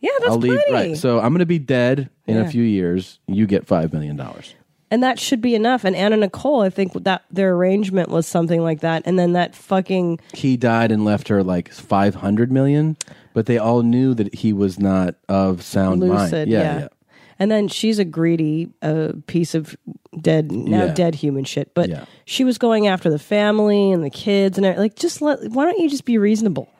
Speaker 1: Yeah, that's
Speaker 2: I'll leave
Speaker 1: plenty.
Speaker 2: right. So I'm going to be dead in
Speaker 1: Yeah.
Speaker 2: a few years. You get five million dollars.
Speaker 1: and that should be enough. And Anna Nicole, I think that their arrangement was something like that. And then that fucking
Speaker 2: he died and left her like 500 million but they all knew that he was not of sound
Speaker 1: lucid,
Speaker 2: mind
Speaker 1: yeah.
Speaker 2: yeah yeah
Speaker 1: And then she's a greedy uh, piece of dead now
Speaker 2: Yeah.
Speaker 1: dead human shit. But she was going after the family and the kids and everything. like just let. Why don't you just be reasonable?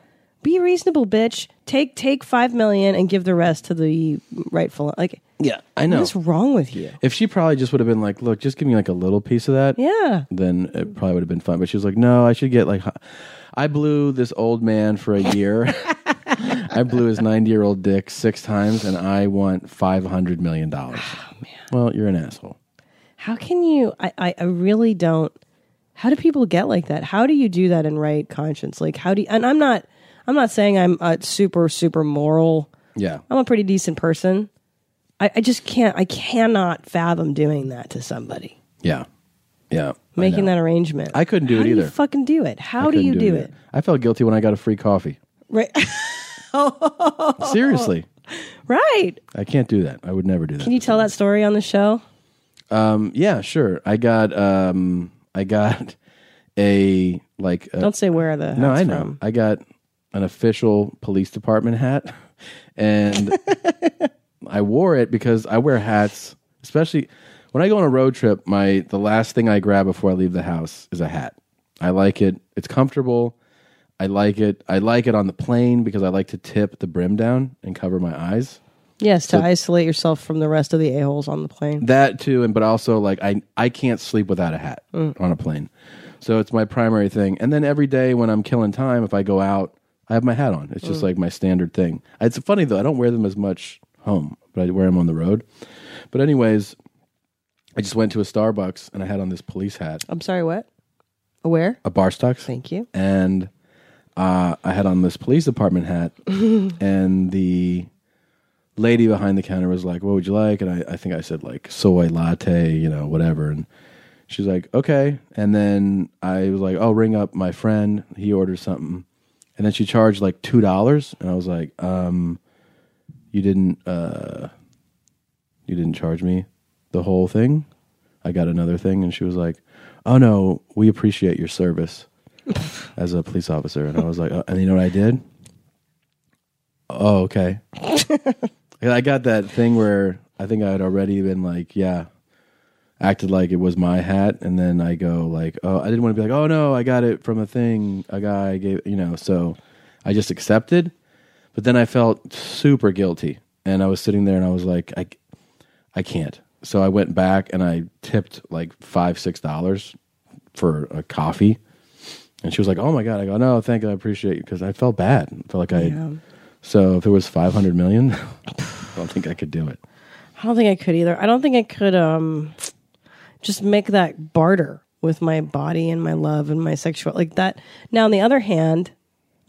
Speaker 1: Be reasonable, bitch. Take take five million and give the rest to the rightful. Like
Speaker 2: yeah, i know
Speaker 1: What is wrong with you?
Speaker 2: if she probably just would have been like look just give me like a little piece of that
Speaker 1: Yeah.
Speaker 2: then it probably would have been fun but she was like no i should get like h- i blew this old man for a year i blew his 90 year old dick six times and i want 500 million dollars
Speaker 1: Ah,
Speaker 2: well you're an asshole
Speaker 1: How can you? I, I, I really don't. How do people get like that? How do you do that in right conscience? Like, how do you? And I'm not. I'm not saying I'm uh, super super moral.
Speaker 2: yeah
Speaker 1: I'm a pretty decent person. I, I just can't. I cannot fathom doing that to somebody.
Speaker 2: yeah yeah I
Speaker 1: Making
Speaker 2: know.
Speaker 1: that arrangement.
Speaker 2: i couldn't do
Speaker 1: how
Speaker 2: it
Speaker 1: do
Speaker 2: either
Speaker 1: You fucking do it. How
Speaker 2: I
Speaker 1: do you
Speaker 2: couldn't
Speaker 1: do
Speaker 2: either.
Speaker 1: it?
Speaker 2: i felt guilty when i got a free coffee
Speaker 1: Right.
Speaker 2: seriously
Speaker 1: Right.
Speaker 2: I can't do that. I would never do that.
Speaker 1: Can you tell that story on the show?
Speaker 2: Um, yeah, sure. I got um, I got a like. A,
Speaker 1: Don't say where the
Speaker 2: No,
Speaker 1: hat's
Speaker 2: I know.
Speaker 1: from.
Speaker 2: I got an official police department hat, and I wore it because I wear hats, especially when I go on a road trip. My the last thing I grab before I leave the house is a hat. I like it. It's comfortable. I like it. I like it on the plane because I like to tip the brim down and cover my eyes.
Speaker 1: Yes, to
Speaker 2: So-
Speaker 1: isolate yourself from the rest of the a holes on the plane.
Speaker 2: That too, and but also like I I can't sleep without a hat
Speaker 1: Mm.
Speaker 2: on a plane, so it's my primary thing. And then every day when I'm killing time, if I go out, I have my hat on. It's just
Speaker 1: Mm.
Speaker 2: like my standard thing. It's funny though; I don't wear them as much home, but I wear them on the road. But anyways, I just went to a Starbucks and I had on this police hat,
Speaker 1: I'm sorry. What? Where?
Speaker 2: a bar stocks.
Speaker 1: Thank you.
Speaker 2: And uh, I had on this police department hat, and the lady behind the counter was like, "What would you like?" And I, I think I said like soy latte, you know, whatever. And she's like, "Okay." And then I was like, "Oh, ring up my friend. He orders something." And then she charged like two dollars, and I was like, um, "You didn't, uh, you didn't charge me the whole thing." I got another thing, and she was like, "Oh no, we appreciate your service as a police officer." And I was like, oh, "And you know what I did? Oh, okay." And I got that thing where I think I had already been like, yeah, acted like it was my hat, and then I go like, oh, I didn't want to be like, oh no, I got it from a thing a guy gave, you know. So I just accepted, but then I felt super guilty, and I was sitting there and I was like, I, I can't. So I went back and I tipped like five, six dollars for a coffee, and she was like, oh my god. I go, no, thank you, I appreciate you because I felt bad, I felt like I.
Speaker 1: Yeah.
Speaker 2: So if it was 500 million, I don't think I could do it.
Speaker 1: I don't think I could either. I don't think I could um just make that barter with my body and my love and my sexual like that. Now on the other hand,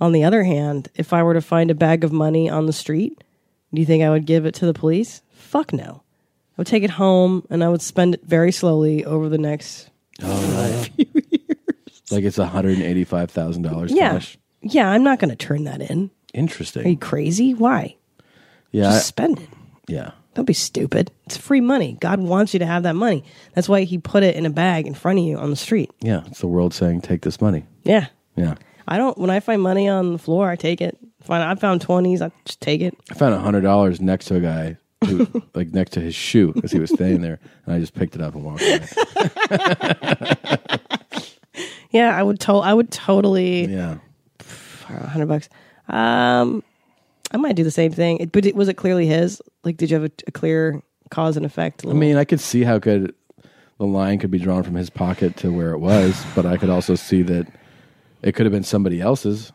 Speaker 1: On the other hand, if I were to find a bag of money on the street, do you think I would give it to the police? Fuck no. I would take it home and I would spend it very slowly over the next.
Speaker 2: Like it's one hundred and eighty-five thousand dollars
Speaker 1: yeah.
Speaker 2: cash.
Speaker 1: Yeah, I'm not going to turn that in.
Speaker 2: Interesting.
Speaker 1: Are you crazy? Why?
Speaker 2: yeah,
Speaker 1: Just
Speaker 2: I-
Speaker 1: spend it.
Speaker 2: yeah.
Speaker 1: Don't be stupid. It's free money. God wants you to have that money. That's why he put it in a bag in front of you on the street.
Speaker 2: Yeah, it's the world saying, "Take this money."
Speaker 1: Yeah.
Speaker 2: Yeah,
Speaker 1: I don't, when I find money on the floor, I take it. If I I found 20s, I just take it.
Speaker 2: I found a hundred dollars next to a guy, who, like next to his shoe, because he was standing there, and I just picked it up and walked away.
Speaker 1: Yeah, I would to- I would totally
Speaker 2: yeah,
Speaker 1: hundred bucks. Um, I might do the same thing. It, but it, was it clearly his? Like, did you have a, a clear cause and effect?
Speaker 2: I mean, I could see how could the line could be drawn from his pocket to where it was, but I could also see that it could have been somebody else's.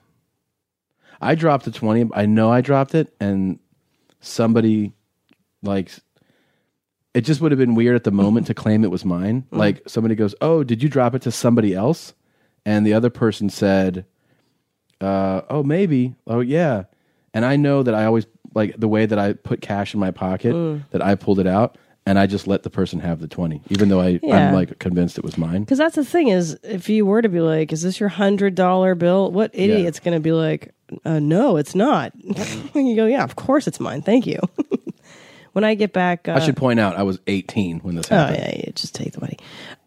Speaker 2: I dropped a twenty. I know I dropped it, and somebody like it just would have been weird at the moment to claim it was mine.
Speaker 1: Mm.
Speaker 2: Like somebody goes, "Oh, did you drop it to somebody else?" And the other person said, uh, "Oh, maybe. Oh, yeah." And I know that I always like the way that I put cash in my pocket
Speaker 1: Mm.
Speaker 2: that I pulled it out and I just let the person have the 20 even though I
Speaker 1: Yeah.
Speaker 2: I'm like convinced it was mine.
Speaker 1: because that's the thing is, if you were to be like, "Is this your hundred dollar bill?" What idiot's going to be like, uh, "No, it's not."
Speaker 2: Mm.
Speaker 1: you go, "Yeah, of course it's mine. Thank you." when I get back, uh,
Speaker 2: I should point out I was 18 when this
Speaker 1: Oh,
Speaker 2: happened.
Speaker 1: yeah, yeah, just take the money.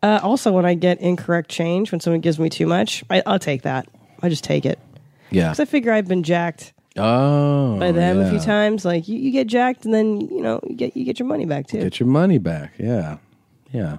Speaker 1: Uh, also, when I get incorrect change, when someone gives me too much, I, I'll take that. I just take it.
Speaker 2: Yeah.
Speaker 1: Because I figure I've been jacked
Speaker 2: Oh.
Speaker 1: by them a few
Speaker 2: yeah.
Speaker 1: times. Like you, you get jacked, and then you know you get you get your money back too.
Speaker 2: Get your money back. Yeah. Yeah.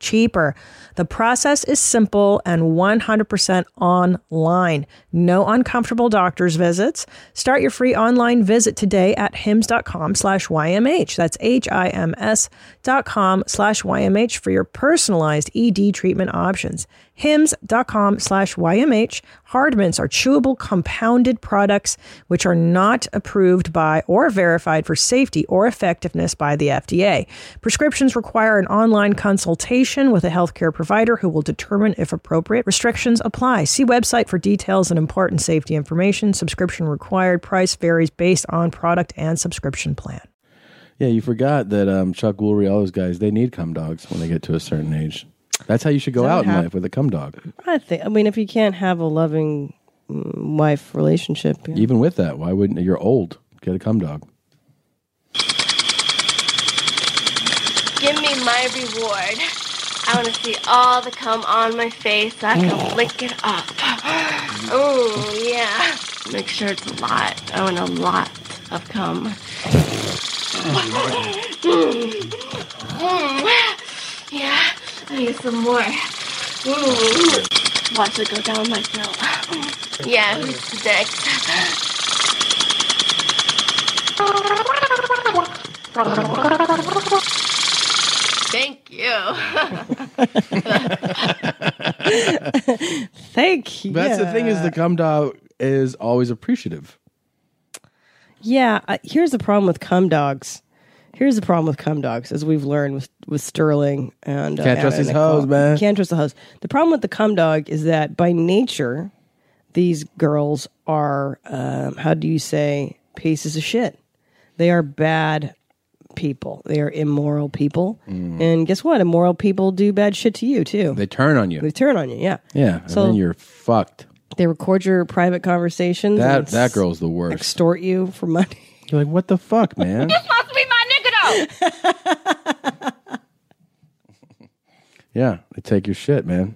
Speaker 19: cheaper. The process is simple and 100% online. No uncomfortable doctor's visits. Start your free online visit today at hims.com slash YMH. That's H-I-M-S dot com slash YMH for your personalized E ED treatment options. Hims.com slash YMH. Hardmints are chewable compounded products which are not approved by or verified for safety or effectiveness by the FDA. Prescriptions require an online consultation with a healthcare provider who will determine if appropriate. Restrictions apply. See website for details and important safety information. Subscription required. Price varies based on product and subscription plan.
Speaker 2: Yeah, you forgot that um, Chuck Woolery, all those guys, they need cum dogs when they get to a certain age. That's how you should go
Speaker 1: Is that
Speaker 2: out
Speaker 1: what
Speaker 2: in
Speaker 1: hap-
Speaker 2: life with a cum dog,
Speaker 1: I think. I mean, if you can't have a loving mm, wife relationship, yeah.
Speaker 2: even with that. Why wouldn't you're old? Get a cum dog.
Speaker 15: Give me my reward. I want to see all the cum on my face so I can lick it up. Oh, yeah. Make sure it's a lot. I want a lot of cum. Mm. Mm. Yeah, I need some more. Mm. Watch it go down my throat. Yeah, who's the dick? Thank you.
Speaker 1: Thank you.
Speaker 2: That's the thing is the cum dog is always appreciative.
Speaker 1: Yeah, uh, here's the problem with cum dogs. Here's the problem with cum dogs, as we've learned with, with Sterling and uh,
Speaker 2: Can't trust
Speaker 1: and
Speaker 2: these
Speaker 1: Nicole.
Speaker 2: hoes, man.
Speaker 1: Can't trust the hoes. The problem with the cum dog is that by nature, these girls are um, how do you say pieces of shit. They are bad people. They are immoral people. And guess what? Immoral people do bad shit to you too.
Speaker 2: Mm. They turn on you.
Speaker 1: They turn on you. Yeah.
Speaker 2: Yeah, and
Speaker 1: So-
Speaker 2: then you're fucked.
Speaker 1: They record your private conversations.
Speaker 2: That
Speaker 1: and
Speaker 2: that girl's the worst.
Speaker 1: extort you for money.
Speaker 2: You're like, what the fuck, man?
Speaker 15: supposed to be my nigga though.
Speaker 2: yeah, they take your shit, man.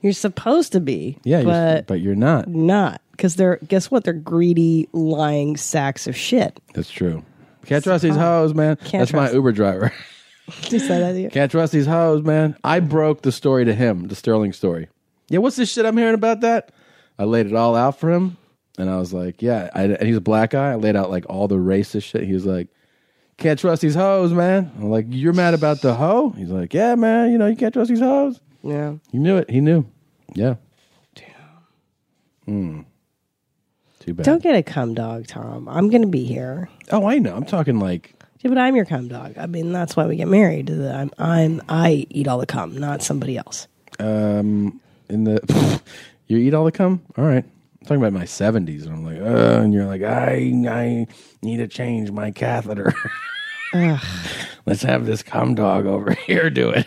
Speaker 1: You're supposed to be.
Speaker 2: Yeah, you're,
Speaker 1: but
Speaker 2: but you're not.
Speaker 1: not because they're guess what? They're greedy, lying sacks of shit.
Speaker 2: That's true. Can't trust these hoes, man.
Speaker 1: Can't
Speaker 2: That's my
Speaker 1: trust-
Speaker 2: Uber driver.
Speaker 1: Did you say that to you?
Speaker 2: Can't trust these hoes, man. I broke the story to him, the Sterling story. yeah, what's this shit I'm hearing about that? I laid it all out for him, and I was like, yeah. I, and he's a black guy. I laid out like all the racist shit. He was like, can't trust these hoes, man. I'm like, you're mad about the hoe? He's like, yeah, man. You know, you can't trust these hoes.
Speaker 1: Yeah.
Speaker 2: He knew it. He knew. Yeah. Damn. Hmm. Too bad.
Speaker 1: Don't get a cum dog, Tom. I'm going to be here.
Speaker 2: Oh, I know. I'm talking like
Speaker 1: Yeah, but I'm your cum dog. I mean, that's why we get married. The- I'm, I'm I eat all the cum, not somebody else.
Speaker 2: um in the you eat all the cum. All right. I'm talking about my 70s, and I'm like, uh, and you're like, I I need to change my catheter.
Speaker 1: Ugh.
Speaker 2: Let's have this cum dog over here do it.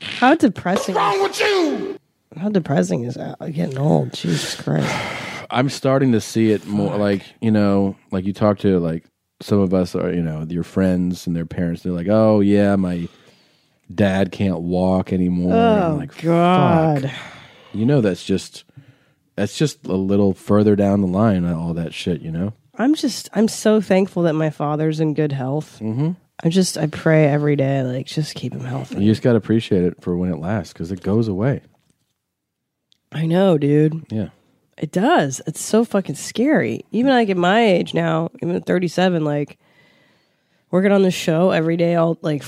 Speaker 1: How depressing!
Speaker 7: Wrong with you?
Speaker 1: How depressing is that? I'm getting old. Jesus Christ.
Speaker 2: I'm starting to see it more like, you know, like you talk to like some of us are, you know, your friends and their parents, they're like, Oh yeah, my dad can't walk anymore. And I'm
Speaker 1: Oh,
Speaker 2: like,
Speaker 1: God.
Speaker 2: fuck. You know that's just that's just a little further down the line, all that shit, you know?
Speaker 1: I'm just I'm so thankful that my father's in good health. Mm-hmm. I just I pray every day, like just keep him healthy.
Speaker 2: You just gotta appreciate it for when it lasts because it goes away.
Speaker 1: I know, dude.
Speaker 2: Yeah.
Speaker 1: It does. It's so fucking scary. Even like at my age now, even at 37, like working on the show every day, all like f-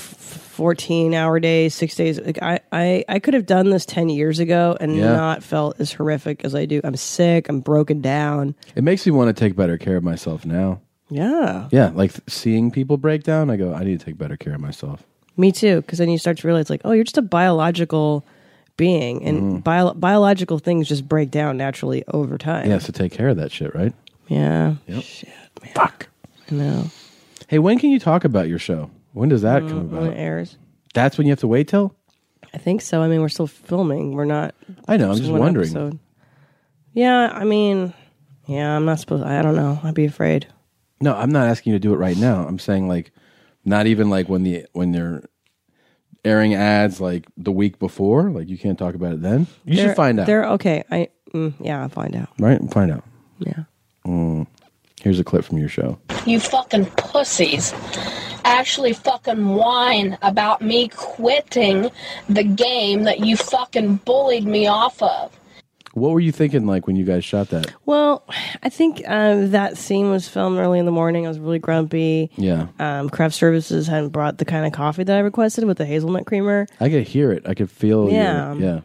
Speaker 1: 14 hour days, six days. Like I, I, I could have done this 10 years ago and
Speaker 2: Yeah.
Speaker 1: not felt as horrific as I do. I'm sick. I'm broken down.
Speaker 2: It makes me want to take better care of myself now.
Speaker 1: Yeah.
Speaker 2: Yeah, like seeing people break down, I go, I need to take better care of myself.
Speaker 1: Me too. Cause then you start to realize like, oh, you're just a biological being and
Speaker 2: Mm.
Speaker 1: bio- biological things just break down naturally over time.
Speaker 2: Yeah, so take care of that shit, right?
Speaker 1: Yeah.
Speaker 2: Yep.
Speaker 1: Fuck. I know.
Speaker 2: Hey, when can you talk about your show? When does that come about?
Speaker 1: When it airs.
Speaker 2: That's when you have to wait till?
Speaker 1: I think so. I mean, we're still filming. We're not.
Speaker 2: I know, I'm just
Speaker 1: one
Speaker 2: wondering.
Speaker 1: Yeah, Uh, I mean, yeah, I'm not supposed. I don't know. I'd be afraid.
Speaker 2: No, I'm not asking you to do it right now. I'm saying like not even like when the when they're airing ads like the week before, like you can't talk about it then. You
Speaker 1: They're-
Speaker 2: should find out.
Speaker 1: They're okay. I mm, yeah, I'll find out.
Speaker 2: Right? Find out.
Speaker 1: Yeah.
Speaker 2: Mm. Here's a clip from your show.
Speaker 20: You fucking pussies actually fucking whine about me quitting the game that you fucking bullied me off of.
Speaker 2: What were you thinking like when you guys shot that?
Speaker 1: Well, I think um, that scene was filmed early in the morning. I was really grumpy.
Speaker 2: Yeah.
Speaker 1: Um, craft services hadn't brought the kind of coffee that I requested with the hazelnut creamer.
Speaker 2: I could hear it. I could feel your-
Speaker 1: Yeah.
Speaker 2: yeah.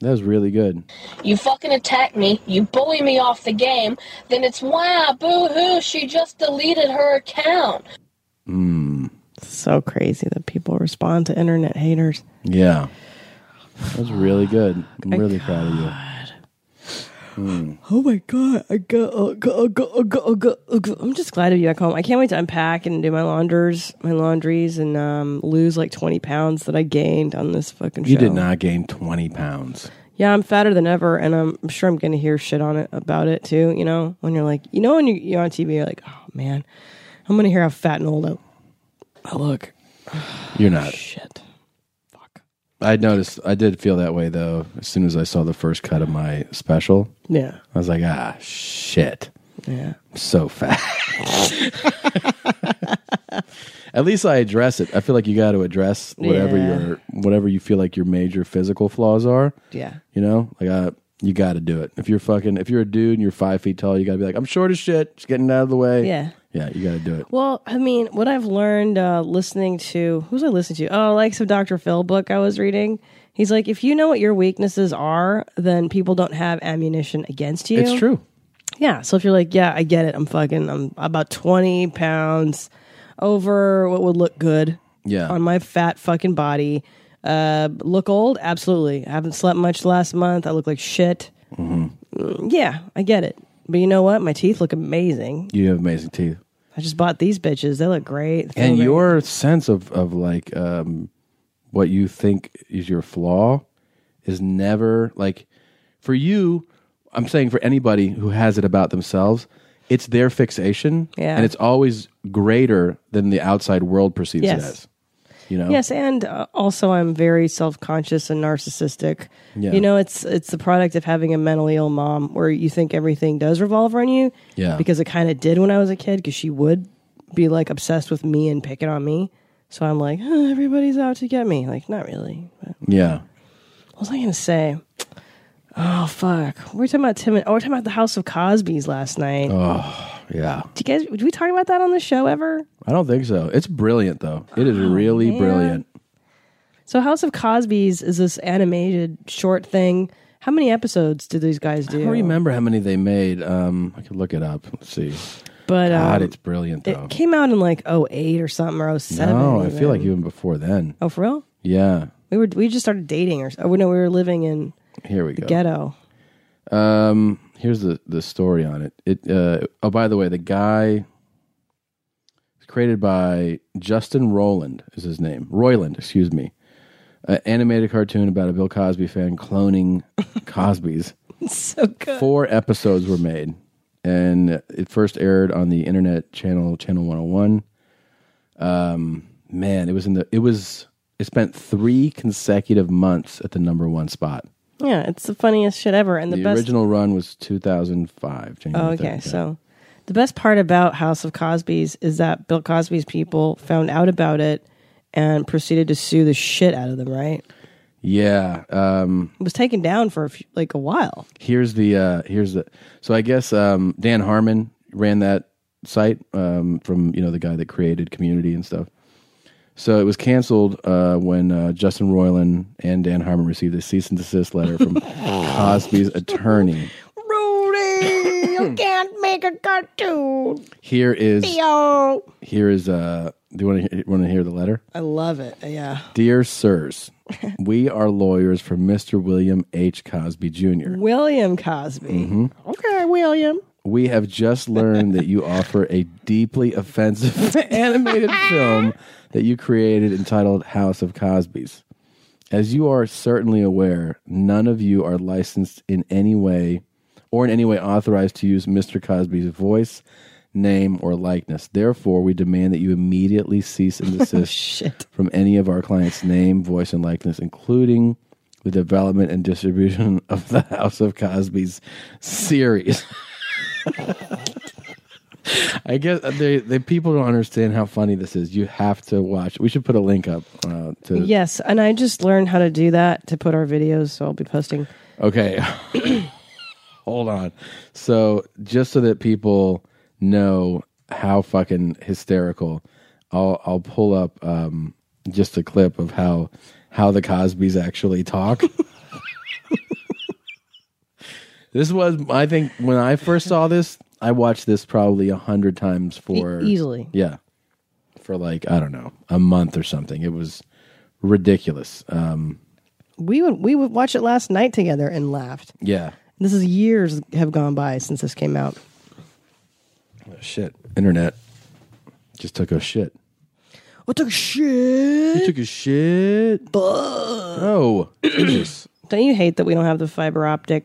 Speaker 2: That was really good.
Speaker 20: You fucking attack me, you bully me off the game, then it's wow, boo hoo, she just deleted her account.
Speaker 2: Mm.
Speaker 1: So crazy that people respond to internet haters.
Speaker 2: Yeah. That was really good. I'm really proud of you. Mm.
Speaker 1: Oh my god! I got, uh, got, uh, got, uh, got, uh, got, uh, got- I'm just glad to be back home. I can't wait to unpack and do my launders, my laundries, and um, lose like 20 pounds that I gained on this fucking show.
Speaker 2: You did not gain 20 pounds.
Speaker 1: Yeah, I'm fatter than ever, and I'm, I'm sure I'm gonna hear shit on it about it too. You know, when you're like, you know, when you, you're on TV, you're like, oh man, I'm gonna hear how fat and old I, I look.
Speaker 2: You're not.
Speaker 1: Shit. Fuck.
Speaker 2: I noticed. I did feel that way though. As soon as I saw the first cut of my special,
Speaker 1: Yeah.
Speaker 2: I was like, ah, shit.
Speaker 1: Yeah.
Speaker 2: I'm so fat. At least I address it. I feel like you got to address whatever
Speaker 1: Yeah.
Speaker 2: your whatever you feel like your major physical flaws are.
Speaker 1: Yeah.
Speaker 2: You know, like I, you got to do it. If you're fucking, if you're a dude and you're five feet tall, you got to be like, I'm short as shit. Just getting out of the way.
Speaker 1: Yeah.
Speaker 2: Yeah. You got to do it.
Speaker 1: Well, I mean, what I've learned uh, listening to who's I listening to? Oh, like some Dr. Phil book I was reading. He's like, if you know what your weaknesses are, then people don't have ammunition against you.
Speaker 2: It's true.
Speaker 1: Yeah. So if you're like, yeah, I get it. I'm fucking. I'm about 20 pounds over what would look good.
Speaker 2: Yeah.
Speaker 1: On my fat fucking body. Uh, look old? Absolutely. I haven't slept much last month. I look like shit.
Speaker 2: Mm-hmm.
Speaker 1: Mm, Yeah, I get it. But you know what? My teeth look amazing.
Speaker 2: You have amazing teeth.
Speaker 1: I just bought these bitches. They look great. They
Speaker 2: and
Speaker 1: feel great.
Speaker 2: your sense of of like um what you think is your flaw is never like for you i'm saying for anybody who has it about themselves it's their fixation
Speaker 1: Yeah.
Speaker 2: and it's always greater than the outside world perceives
Speaker 1: Yes.
Speaker 2: it as you know
Speaker 1: Yes, and uh, also I'm very self-conscious and narcissistic.
Speaker 2: Yeah.
Speaker 1: You know, it's it's the product of having a mentally ill mom where you think everything does revolve around you.
Speaker 2: Yeah.
Speaker 1: Because it kind of did when I was a kid because she would be like obsessed with me and picking on me. So I'm like, "Huh, everybody's out to get me. Like, not really. But
Speaker 2: Yeah.
Speaker 1: what was I going to say? Oh, fuck. We We're talking about Tim and, oh, we we're talking about the House of Cosby's last night.
Speaker 2: Oh, yeah.
Speaker 1: Did you guys, did we talk about that on the show ever?
Speaker 2: I don't think so. It's brilliant, though. It is really
Speaker 1: man.
Speaker 2: brilliant.
Speaker 1: So House of Cosby's is this animated short thing. How many episodes did these guys do?
Speaker 2: I don't remember how many they made. Um, I could look it up. Let's see.
Speaker 1: But
Speaker 2: God,
Speaker 1: um,
Speaker 2: it's brilliant, though.
Speaker 1: It came out in like 08 or something or 07.
Speaker 2: no, I feel like
Speaker 1: even.
Speaker 2: even before then.
Speaker 1: Oh, for real?
Speaker 2: Yeah.
Speaker 1: We were we just started dating or oh, no, we were living in
Speaker 2: Here we
Speaker 1: the
Speaker 2: go.
Speaker 1: ghetto.
Speaker 2: Um, here's the the story on it. It uh, oh by the way, the guy it's created by Justin Roland is his name. Royland, excuse me. An animated cartoon about a Bill Cosby fan cloning Cosby's.
Speaker 1: so good.
Speaker 2: Four episodes were made, and it first aired on the internet channel Channel 101. Um, man, it was in the it was it spent three consecutive months at the number one spot.
Speaker 1: Yeah, it's the funniest shit ever and the,
Speaker 2: the
Speaker 1: best
Speaker 2: original run was 2005. January
Speaker 1: Oh, okay.
Speaker 2: 3rd, yeah.
Speaker 1: So the best part about House of Cosby's is that Bill Cosby's people found out about it and proceeded to sue the shit out of them, right?
Speaker 2: Yeah. Um,
Speaker 1: It was taken down for a few, like a while.
Speaker 2: here's the uh, here's the so I guess um, Dan Harmon ran that site um, from you know the guy that created Community and stuff. So it was canceled uh, when uh, Justin Roiland and Dan Harmon received a cease and desist letter from Cosby's attorney.
Speaker 1: Rudy, you can't make a cartoon.
Speaker 2: Here is
Speaker 1: Theo.
Speaker 2: here is uh, do you want to want to hear the letter?
Speaker 1: I love it. Yeah.
Speaker 2: Dear sirs, we are lawyers for Mr. William H. Cosby junior
Speaker 1: William Cosby.
Speaker 2: Mm-hmm.
Speaker 1: Okay, William.
Speaker 2: We have just learned that you offer a deeply offensive animated film that you created entitled House of Cosby's. As you are certainly aware, none of you are licensed in any way or in any way authorized to use Mr. Cosby's voice, name, or likeness. Therefore, we demand that you immediately cease and desist from any of our clients' name, voice, and likeness, including the development and distribution of the House of Cosby's series. I guess they, they people don't understand how funny this is. You have to watch. We should put a link up uh, to
Speaker 1: Yes, and I just learned how to do that to put our videos, so I'll be posting.
Speaker 2: Okay. Hold on. So, just so that people know how fucking hysterical, I'll I'll pull up um, just a clip of how how the Cosbys actually talk. this was, I think, when I first saw this, I watched this probably a hundred times for
Speaker 1: easily.
Speaker 2: Yeah, for like I don't know a month or something. It was ridiculous. Um,
Speaker 1: We would we would watch it last night together and laughed.
Speaker 2: yeah.
Speaker 1: This is years have gone by since this came out.
Speaker 2: Oh, shit. Internet just took a shit.
Speaker 1: I took a shit.
Speaker 2: You took a shit. Oh, Jesus.
Speaker 1: Don't you hate that we don't have the fiber optic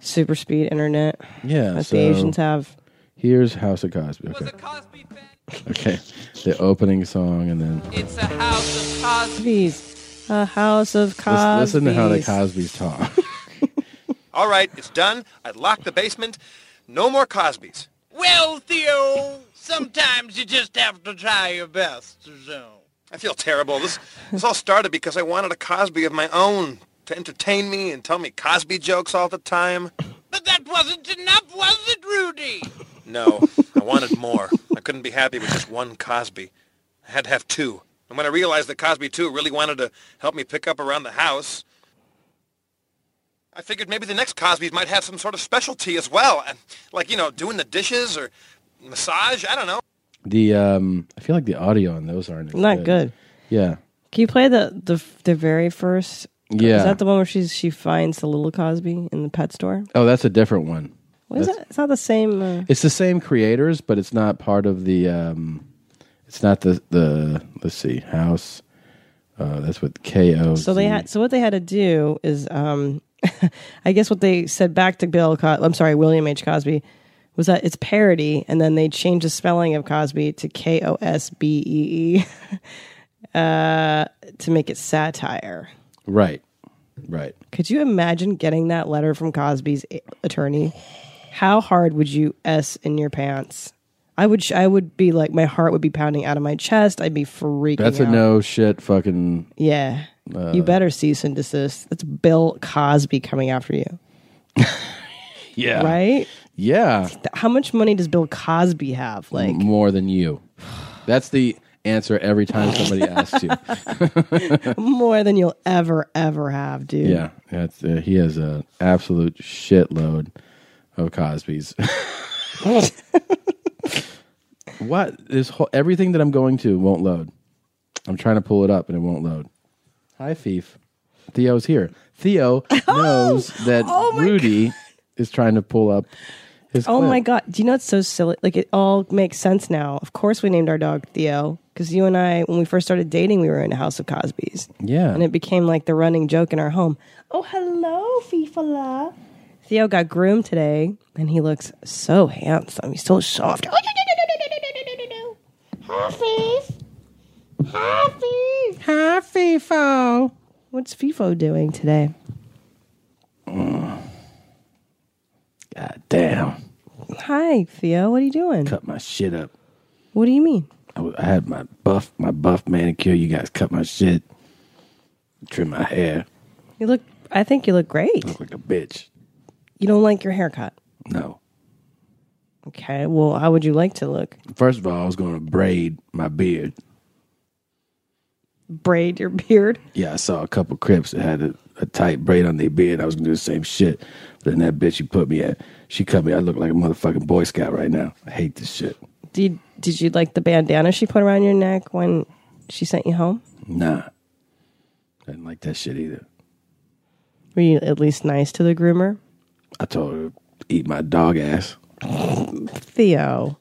Speaker 1: super speed internet?
Speaker 2: Yeah,
Speaker 1: That
Speaker 2: so-
Speaker 1: the Asians have.
Speaker 2: Here's House of Cosby. Okay. Okay. The opening song and then
Speaker 1: It's a house of Cosby's. A house of
Speaker 2: Lis-
Speaker 1: Cosby's.
Speaker 2: listen to how the Cosbys talk.
Speaker 21: All right, it's done. I locked the basement. No more Cosbys.
Speaker 22: Well, Theo, sometimes you just have to try your best. So.
Speaker 21: I feel terrible. This, this all started because I wanted a Cosby of my own to entertain me and tell me Cosby jokes all the time.
Speaker 22: But that wasn't enough, was it, Rudy?
Speaker 21: No, I wanted more. I couldn't be happy with just one Cosby. I had to have two. And when I realized that Cosby 2 really wanted to help me pick up around the house, I figured maybe the next Cosbys might have some sort of specialty as well. Uh, Like, you know, doing the dishes or massage. I don't know.
Speaker 2: the um I feel like the audio on those aren't as
Speaker 1: Not good.
Speaker 2: Yeah.
Speaker 1: Can you play the the the very first?
Speaker 2: Yeah.
Speaker 1: Is that the one where she's she finds the little Cosby in the pet store?
Speaker 2: Oh, that's a different one.
Speaker 1: What is
Speaker 2: That's-
Speaker 1: that? It's not the same. Uh,
Speaker 2: It's the same creators, but it's not part of the um it's not the the let's see, House uh that's what KO
Speaker 1: so they had. So what they had to do is, um, I guess what they said back to Bill. Co- I'm sorry, William H. Cosby, was that it's parody, and then they changed the spelling of Cosby to K O S B E E, uh, to make it satire.
Speaker 2: Right. Right.
Speaker 1: Could you imagine getting that letter from Cosby's a- attorney? How hard would you s in your pants? I would sh- I would be like my heart would be pounding out of my chest. I'd be freaking.
Speaker 2: That's
Speaker 1: out.
Speaker 2: a no shit fucking.
Speaker 1: Yeah.
Speaker 2: Uh,
Speaker 1: you better cease and desist. That's Bill Cosby coming after you.
Speaker 2: Yeah.
Speaker 1: Right?
Speaker 2: Yeah.
Speaker 1: How much money does Bill Cosby have? Like
Speaker 2: M- more than you. That's the answer every time somebody asks you.
Speaker 1: more than you'll ever ever have, dude.
Speaker 2: Yeah, that's uh, he has an absolute shitload of Cosby's. what this whole everything that I'm going to won't load. I'm trying to pull it up and it won't load. Hi, Fief. Theo's here. Theo
Speaker 1: Oh!
Speaker 2: knows that Rudy is trying to pull up his.
Speaker 1: Oh
Speaker 2: clip.
Speaker 1: my god! Do you know it's so silly? Like it all makes sense now. Of course, we named our dog Theo because you and I, when we first started dating, we were in a house of Cosby's.
Speaker 2: Yeah.
Speaker 1: and it became like the running joke in our home.
Speaker 3: Oh, hello, Fifala.
Speaker 1: Theo got groomed today, and he looks so handsome. He's so soft.
Speaker 2: Oh,
Speaker 3: Hi, Fif.
Speaker 1: Hi, FIFO. What's FIFO doing today?
Speaker 2: God damn!
Speaker 1: Hi, Theo. What are you doing?
Speaker 2: Cut my shit up.
Speaker 1: What do you mean?
Speaker 2: I, w- I had my buff, my buff manicure. You guys cut my shit, trim my hair.
Speaker 1: You look. I think you look great.
Speaker 2: Look like a bitch.
Speaker 1: You don't like your haircut.
Speaker 2: No.
Speaker 1: Okay. Well, how would you like to look?
Speaker 2: First of all, I was going to braid my beard.
Speaker 1: Braid your beard.
Speaker 2: Yeah, I saw a couple crips that had a, a tight braid on their beard. I was going to do the same shit. But then that bitch you put me at, she cut me. I look like a motherfucking Boy Scout right now. I hate this shit.
Speaker 1: Did Did you like the bandana she put around your neck when she sent you home?
Speaker 2: Nah. I didn't like that shit either.
Speaker 1: Were you at least nice to the groomer?
Speaker 2: I told her, eat my dog ass.
Speaker 1: Theo.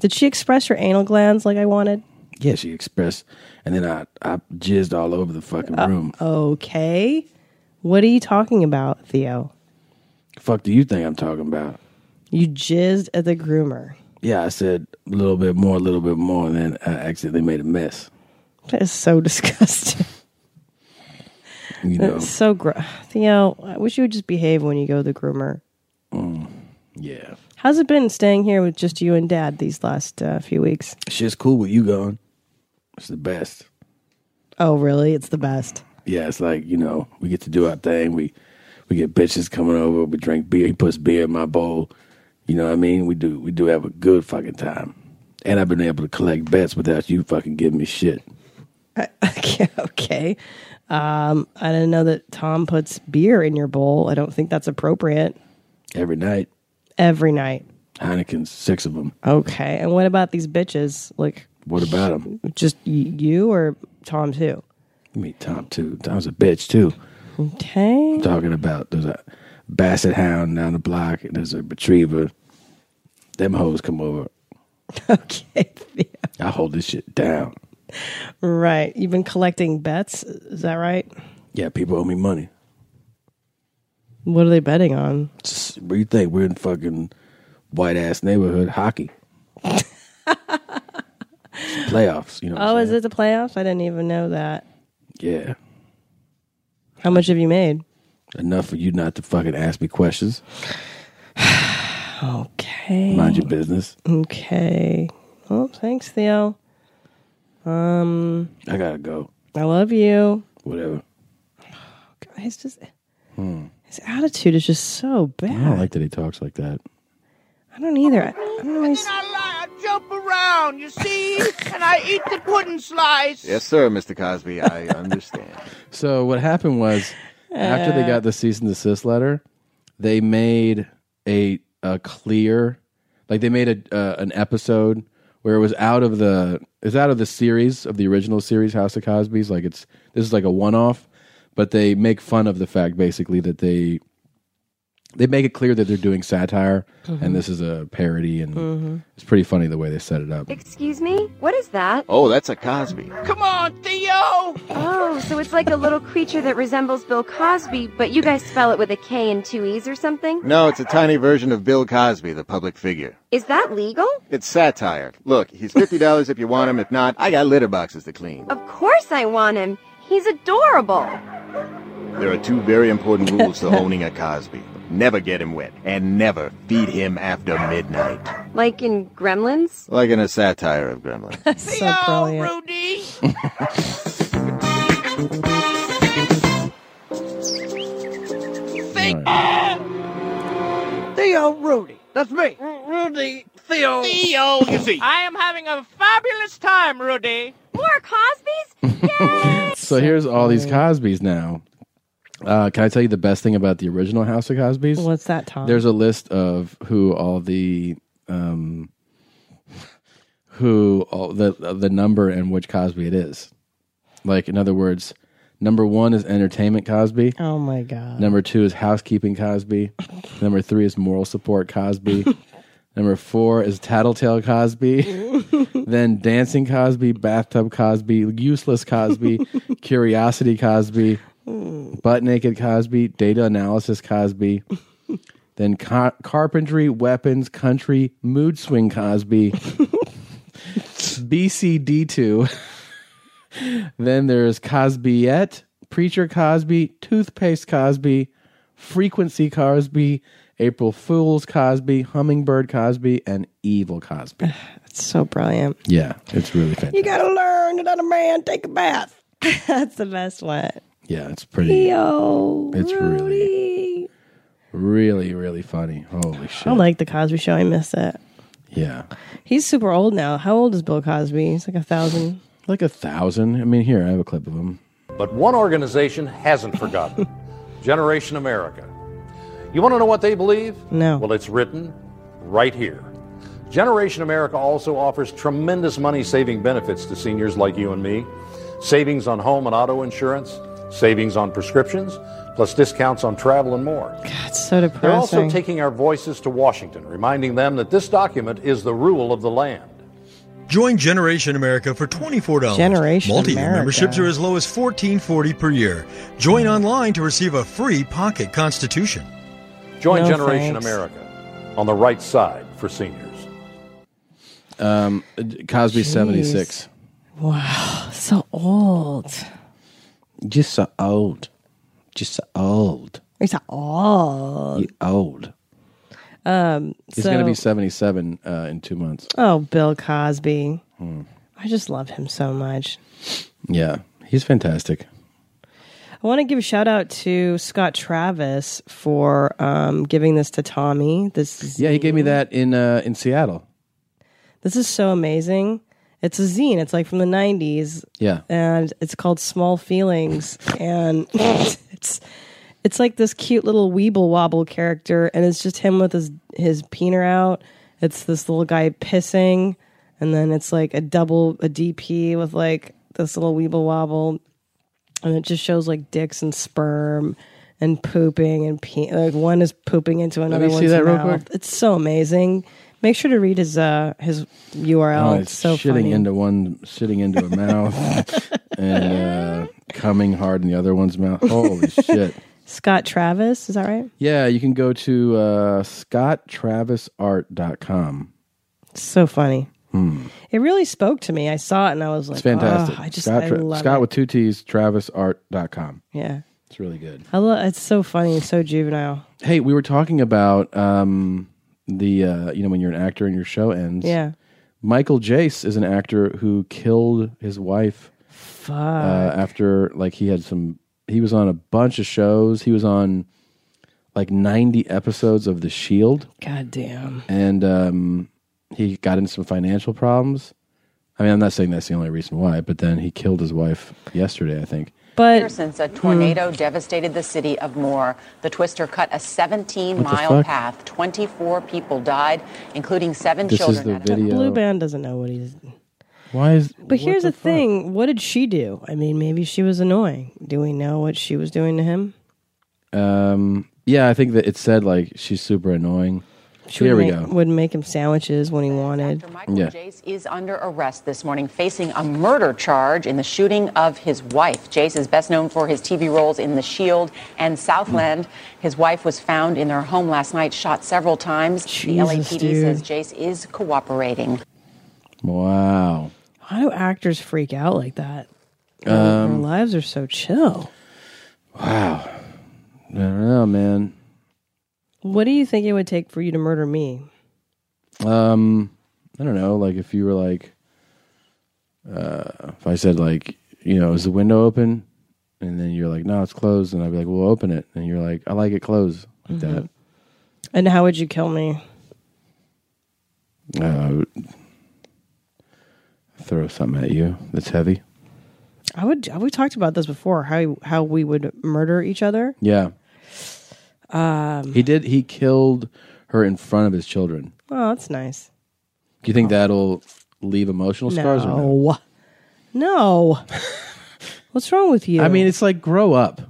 Speaker 1: Did she express her anal glands like I wanted?
Speaker 2: Yeah, she expressed. And then I, I jizzed all over the fucking room.
Speaker 1: Uh, Okay. What are you talking about, Theo?
Speaker 2: Fuck do you think I'm talking about?
Speaker 1: You jizzed at the groomer.
Speaker 2: Yeah, I said a little bit more, a little bit more, and then I accidentally made a mess.
Speaker 1: That is so disgusting.
Speaker 2: You know.
Speaker 1: That's so gross. Theo, I wish you would just behave when you go to the groomer.
Speaker 2: Mm, yeah.
Speaker 1: How's it been staying here with just you and dad these last uh, few weeks?
Speaker 2: Shit's cool with you going. It's the best.
Speaker 1: Oh, really? It's the best.
Speaker 2: Yeah, it's like, you know, we get to do our thing. We we get bitches coming over, we drink beer, he puts beer in my bowl. You know what I mean? We do we do have a good fucking time. And I've been able to collect bets without you fucking giving me shit.
Speaker 1: Okay. Um, I didn't know that Tom puts beer in your bowl. I don't think that's appropriate
Speaker 2: Every night.
Speaker 1: every night.
Speaker 2: Heineken's six of them.
Speaker 1: Okay. And what about these bitches? Like,
Speaker 2: What about him?
Speaker 1: just y- you or Tom too?
Speaker 2: I mean, Tom too. Tom's a bitch too.
Speaker 1: Okay.
Speaker 2: I'm talking about there's a basset hound down the block, and there's a retriever. Them hoes come over.
Speaker 1: Okay.
Speaker 2: I hold this shit down.
Speaker 1: Right. You've been collecting bets. Is that right?
Speaker 2: Yeah, people owe me money.
Speaker 1: What are they betting on?
Speaker 2: Just- What do you think? We're in fucking white ass neighborhood hockey. Playoffs, you know. what
Speaker 1: oh,
Speaker 2: I'm
Speaker 1: is it the playoffs? I didn't even know that.
Speaker 2: saying? yeah.
Speaker 1: How much have you made?
Speaker 2: Enough for you not to fucking ask me questions.
Speaker 1: okay.
Speaker 2: Mind your business.
Speaker 1: Okay. Well, thanks, Theo. Um,
Speaker 2: I gotta go.
Speaker 1: I love you.
Speaker 2: Whatever.
Speaker 1: Guys, just
Speaker 2: Hmm.
Speaker 1: his attitude is just so bad.
Speaker 2: I don't like that he talks like that.
Speaker 1: I don't either. I, I don't always.
Speaker 22: I jump around, you see, and I eat the pudding slice.
Speaker 5: Yes, sir, Mr. Cosby. I understand.
Speaker 2: So what happened was after they
Speaker 5: Uh.
Speaker 2: got the cease and desist letter, they made a a clear, like they made a uh, an episode where it was out of the it's out of the series of the original series House of Cosby's. Like it's this is like a one off, but they make fun of the fact basically that they they make it clear that they're doing satire
Speaker 23: Mhm.
Speaker 2: and this is a parody and
Speaker 23: Mhm.
Speaker 2: it's pretty funny the way they set it up.
Speaker 23: Excuse me? What is that?
Speaker 5: Oh, that's a Cosby.
Speaker 23: Come on, Theo! Oh, so it's like a little creature that resembles Bill Cosby, but you guys spell it with a K and two E's or something?
Speaker 5: No, it's a tiny version of Bill Cosby, the public figure.
Speaker 23: Is that legal?
Speaker 5: It's satire. Look, he's fifty dollars if you want him. If not, I got litter boxes to clean.
Speaker 23: Of course I want him. He's adorable.
Speaker 5: There are two very important rules to owning a Cosby. never get him wet, and never feed him after midnight.
Speaker 23: Like in Gremlins?
Speaker 5: Like in a satire of Gremlin.
Speaker 23: so brilliant.
Speaker 22: Think. Theo Rudy. That's me. Rudy Theo. Theo. You see. I am having a fabulous time, Rudy.
Speaker 23: More Cosby's?
Speaker 2: so here's all these Cosbys now. Uh, can I tell you the best thing about the original House of Cosbys?
Speaker 1: What's that, Tom?
Speaker 2: There's a list of who all the um, who all the the number and which Cosby it is. Like in other words, number one is entertainment Cosby.
Speaker 1: Oh my god.
Speaker 2: Number two is housekeeping Cosby. number three is moral support Cosby. number four is tattletale Cosby. then dancing Cosby, bathtub Cosby, useless Cosby, curiosity Cosby,
Speaker 1: Hmm.
Speaker 2: butt naked Cosby, data analysis Cosby. then car- carpentry, weapons, country, mood swing Cosby. BCD2. then there's Cosbyette, Preacher Cosby, Toothpaste Cosby, Frequency Cosby, April Fool's Cosby, Hummingbird Cosby, and Evil Cosby.
Speaker 1: That's so brilliant.
Speaker 2: Yeah, it's really fantastic.
Speaker 1: You gotta learn to let a man take a bath. That's the best one.
Speaker 2: Yeah, it's pretty.
Speaker 1: Theo.
Speaker 2: It's really, really, really funny. Holy shit!
Speaker 1: I like the Cosby Show. I miss it.
Speaker 2: Yeah,
Speaker 1: He's super old now. How old is Bill Cosby? He's like a thousand.
Speaker 2: like a thousand. I mean, here I have a clip of him.
Speaker 14: But one organization hasn't forgotten Generation America. You want to know what they believe?
Speaker 1: No.
Speaker 14: Well, it's written right here. Generation America also offers tremendous money saving benefits to seniors like you and me savings on home and auto insurance, savings on prescriptions, plus discounts on travel and more.
Speaker 1: That's so depressing.
Speaker 14: They're also taking our voices to Washington, reminding them that this document is the rule of the land.
Speaker 6: Join Generation America for $24.
Speaker 14: Generation
Speaker 6: Multi-year
Speaker 14: America.
Speaker 6: memberships are as low as $14.40 per year. Join online to receive a free pocket constitution.
Speaker 14: Join
Speaker 6: No
Speaker 14: Generation
Speaker 6: thanks.
Speaker 14: America on the right side for seniors.
Speaker 2: Um, Cosby seventy six.
Speaker 1: Wow, so old.
Speaker 2: Just so old. Just so old.
Speaker 1: He's so old.
Speaker 2: You old.
Speaker 1: Um,
Speaker 2: He's
Speaker 1: so,
Speaker 2: gonna be seventy seven uh, in two months.
Speaker 1: Oh, Bill Cosby.
Speaker 2: Hmm.
Speaker 1: I just love him so much.
Speaker 2: Yeah, he's fantastic.
Speaker 1: I want to give a shout out to Scott Travis for um, giving this to Tommy. This is
Speaker 2: Yeah, he gave me that in uh, in Seattle.
Speaker 1: This is so amazing. It's a zine. It's like from the '90s.
Speaker 2: Yeah.
Speaker 1: and it's called Small Feelings, and it's it's like this cute little Weeble Wobble character, and it's just him with his his peener out. It's this little guy pissing, and then it's like a double a DP with like this little Weeble Wobble, and it just shows like dicks and sperm. And pooping and pe- like one is pooping into another
Speaker 2: me see
Speaker 1: one's
Speaker 2: that real
Speaker 1: mouth.
Speaker 2: quick.
Speaker 1: It's so amazing. Make sure to read his uh his URL.
Speaker 2: Oh,
Speaker 1: it's so
Speaker 2: shitting
Speaker 1: funny.
Speaker 2: into one, shitting into a mouth, and uh, coming hard in the other one's mouth. Holy shit!
Speaker 1: Scott Travis, is that right?
Speaker 2: Yeah, you can go to uh, scotttravisart.com.
Speaker 1: So funny.
Speaker 2: Hmm.
Speaker 1: It really spoke to me. I saw it and I was like,
Speaker 2: it's fantastic.
Speaker 1: "Oh, I just
Speaker 2: Scott,
Speaker 1: I
Speaker 2: Tra-
Speaker 1: love
Speaker 2: Scott
Speaker 1: it.
Speaker 2: with two T's, travisart.com.
Speaker 1: yeah.
Speaker 2: It's really good.
Speaker 1: I love it's so funny and so juvenile.
Speaker 2: Hey, we were talking about um, the uh, you know when you're an actor and your show ends.
Speaker 1: Yeah.
Speaker 2: Michael Jace is an actor who killed his wife.
Speaker 1: Fuck.
Speaker 2: Uh, after like he had some, he was on a bunch of shows. He was on like 90 episodes of The Shield,
Speaker 1: God damn.
Speaker 2: and um, he got into some financial problems. I mean, I'm not saying that's the only reason why, but then he killed his wife yesterday, I think.
Speaker 1: But
Speaker 8: Here, since
Speaker 2: hmm.
Speaker 8: a tornado devastated the city of Moore, the twister cut a 17
Speaker 2: What the
Speaker 8: mile
Speaker 2: fuck?
Speaker 8: path. 24 people died, including seven
Speaker 2: This
Speaker 8: children.
Speaker 2: is the
Speaker 8: at a-
Speaker 2: video.
Speaker 1: Blue band doesn't know what he's
Speaker 2: Why is?
Speaker 1: But here's the, thing, what did she do? I mean, maybe she was annoying. Do we know what she was doing to him?
Speaker 2: Um, yeah, I think that it said like she's super annoying.
Speaker 8: She
Speaker 2: Here
Speaker 8: would
Speaker 2: we
Speaker 8: make-
Speaker 2: go.
Speaker 1: Would make him sandwiches when he wanted.
Speaker 8: Michael
Speaker 2: Yeah.
Speaker 8: Jace is under arrest this morning, facing a murder charge in the shooting of his wife. Jace is best known for his TV roles in The Shield and Southland.
Speaker 2: Hmm.
Speaker 8: His wife was found in their home last night, shot several times. the LAPD says
Speaker 1: dude.
Speaker 8: Jace is cooperating.
Speaker 2: Wow.
Speaker 1: Why do actors freak out like that? Their
Speaker 2: Um,
Speaker 1: lives are so chill.
Speaker 2: Wow. I don't know, man.
Speaker 1: What do you think it would take for you to murder me?
Speaker 2: Um, I don't know. Like if you were like, uh, if I said like, you know, is the window open? And then you're like, no, it's closed. And I'd be like, well, open it. And you're like, I like it closed like
Speaker 1: Mm-hmm.
Speaker 2: that.
Speaker 1: And how would you kill me?
Speaker 2: Uh, I would throw something at you that's heavy.
Speaker 1: I would. We talked about this before. How how we would murder each other.
Speaker 2: Yeah,
Speaker 1: Um.
Speaker 2: he did. He killed her in front of his children.
Speaker 1: Oh, that's nice.
Speaker 2: Do you think that'll leave emotional scars? Or no?
Speaker 1: Oh. No. No. What's wrong with you?
Speaker 2: I mean, it's like grow up.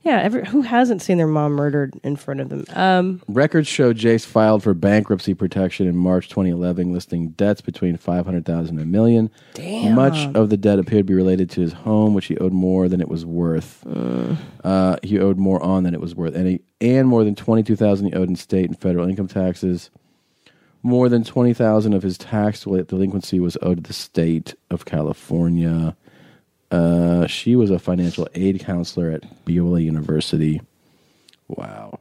Speaker 1: yeah. Every, who hasn't seen their mom murdered in front of them? Um.
Speaker 2: Records show Jace filed for bankruptcy protection in March 2011, listing debts between 500,000 and a million.
Speaker 1: Damn.
Speaker 2: Much of the debt appeared to be related to his home, which he owed more than it was worth. Uh, he owed more on than it was worth, and he, and more than 22,000 he owed in state and federal income taxes. More than 20,000 of his tax delinquency was owed to the state of California. Uh, she was a financial aid counselor at Beulah University. Wow.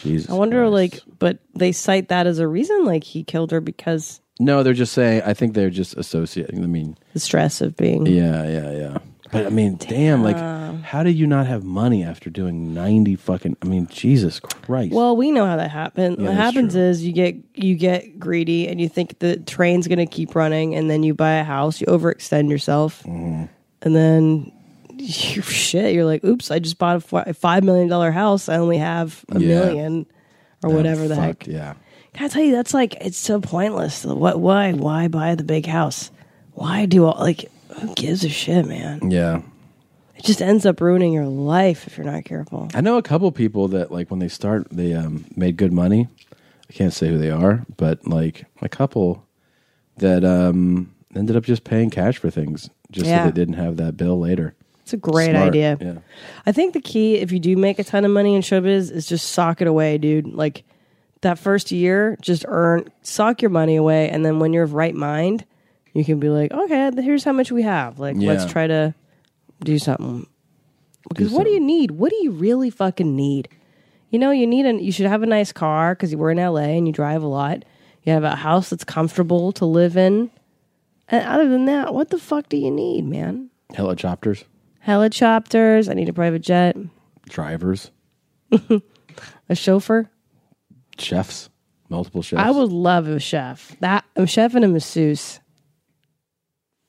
Speaker 2: Jesus.
Speaker 1: I wonder, like, but they cite that as a reason, like he killed her because
Speaker 2: No, they're just saying. I think they're just associating. I mean,
Speaker 1: the stress of being.
Speaker 2: Yeah, yeah, yeah. But I mean, damn, like, how do you not have money after doing ninety fucking? I mean, Jesus Christ.
Speaker 1: Well, we know how that happened.
Speaker 2: Yeah,
Speaker 1: what
Speaker 2: that's
Speaker 1: happens is you get you get greedy and you think the train's going to keep running, and then you buy a house, you overextend yourself,
Speaker 2: Mm-hmm.
Speaker 1: and then you, shit, you're like, "Oops, I just bought a fi- a five million dollar house. I only have a
Speaker 2: Yeah.
Speaker 1: million or whatever the heck."
Speaker 2: Yeah.
Speaker 1: Can I tell you that's like it's so pointless. What? Why? Why buy the big house? Why do all like? Who gives a shit, man?
Speaker 2: Yeah.
Speaker 1: It just ends up ruining your life if you're not careful.
Speaker 2: I know a couple people that like when they start, they um, made good money. I can't say who they are, but like a couple that um, ended up just paying cash for things, just
Speaker 1: Yeah.
Speaker 2: so they didn't have that bill later.
Speaker 1: It's a great
Speaker 2: Smart.
Speaker 1: idea.
Speaker 2: Yeah.
Speaker 1: I think the key, if you do make a ton of money in showbiz, is just sock it away, dude. Like that first year, just earn, sock your money away. And then when you're of right mind, you can be like, okay, here's how much we have. Like,
Speaker 2: Yeah.
Speaker 1: let's try to do something. Because what do you need? What do you really fucking need? You know, you need an, you should have a nice car because we're in LA and you drive a lot. You have a house that's comfortable to live in. And other than that, what the fuck do you need, man?
Speaker 2: Helicopters,
Speaker 1: helicopters. I need a private jet,
Speaker 2: drivers,
Speaker 1: a chauffeur.
Speaker 2: chefs, multiple chefs.
Speaker 1: I would love a chef. That a chef and a masseuse,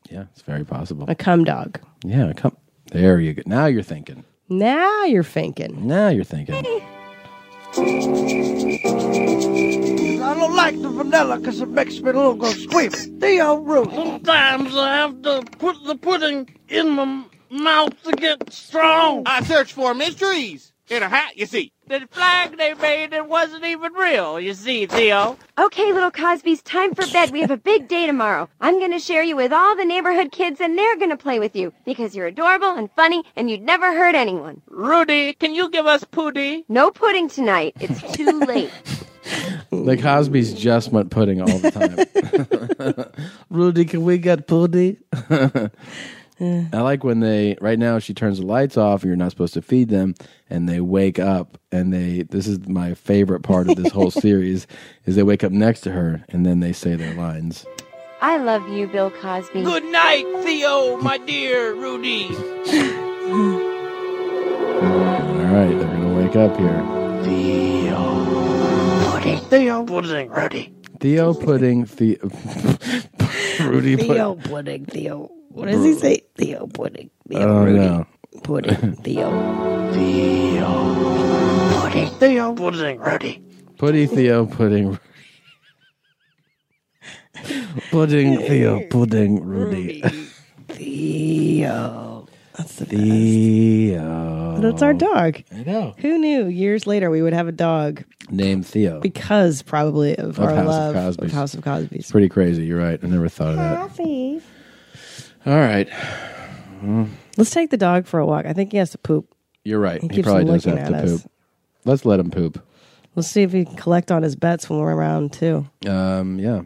Speaker 2: yeah, it's very possible.
Speaker 1: a cum dog.
Speaker 2: Yeah, come. There you go. Now you're thinking.
Speaker 1: Now you're thinking.
Speaker 2: Now you're thinking.
Speaker 22: I don't like the vanilla because it makes me a little go squeamy. Theo Root. Sometimes I have to put the pudding in my mouth to get strong. I search for mysteries in a hat, you see. The flag they made it wasn't even real, you see, Theo.
Speaker 23: Okay, little Cosby's time for bed. We have a big day tomorrow. I'm going to share you with all the neighborhood kids, and they're going to play with you because you're adorable and funny, and you'd never hurt anyone.
Speaker 22: Rudy, can you give us pooty?
Speaker 23: No pudding tonight. It's too late.
Speaker 2: Like Cosby's just went pudding all the time. Rudy, can we get pudding? I like when they right now she turns the lights off and you're not supposed to feed them and they wake up and they this is my favorite part of this whole series is they wake up next to her and then they say their lines.
Speaker 23: I love you, Bill Cosby.
Speaker 22: Good night, Theo, my dear Rudy.
Speaker 2: All right, they're gonna wake up here.
Speaker 22: Pudding. Theo pudding, Rudy.
Speaker 2: Theo pudding, Theo, Rudy
Speaker 22: Theo
Speaker 2: pudding.
Speaker 1: pudding, Theo. What
Speaker 22: does he say?
Speaker 1: Theo pudding.
Speaker 2: Oh no,
Speaker 1: Pudding, Theo.
Speaker 22: Theo pudding. Theo pudding, Rudy.
Speaker 2: Putty Theo pudding. pudding Theo pudding Rudy.
Speaker 1: Theo.
Speaker 2: That's the Theo.
Speaker 1: That's our dog.
Speaker 2: I know.
Speaker 1: Who knew years later we would have a dog
Speaker 2: Named Theo.
Speaker 1: because probably of,
Speaker 2: Of
Speaker 1: our
Speaker 2: House
Speaker 1: love
Speaker 2: of Cosby's.
Speaker 1: House of Cosby's.
Speaker 2: It's pretty crazy. You're right. I never thought of that.
Speaker 3: Coffee.
Speaker 2: All right. Mm,
Speaker 1: Let's take the dog for a walk. I think he has to poop.
Speaker 2: You're right.
Speaker 1: He
Speaker 2: He,
Speaker 1: keeps
Speaker 2: probably does
Speaker 1: looking
Speaker 2: have
Speaker 1: at
Speaker 2: to
Speaker 1: us.
Speaker 2: poop. Let's let him poop.
Speaker 1: Let's see if he can collect on his bets when we're around too.
Speaker 2: Um, yeah.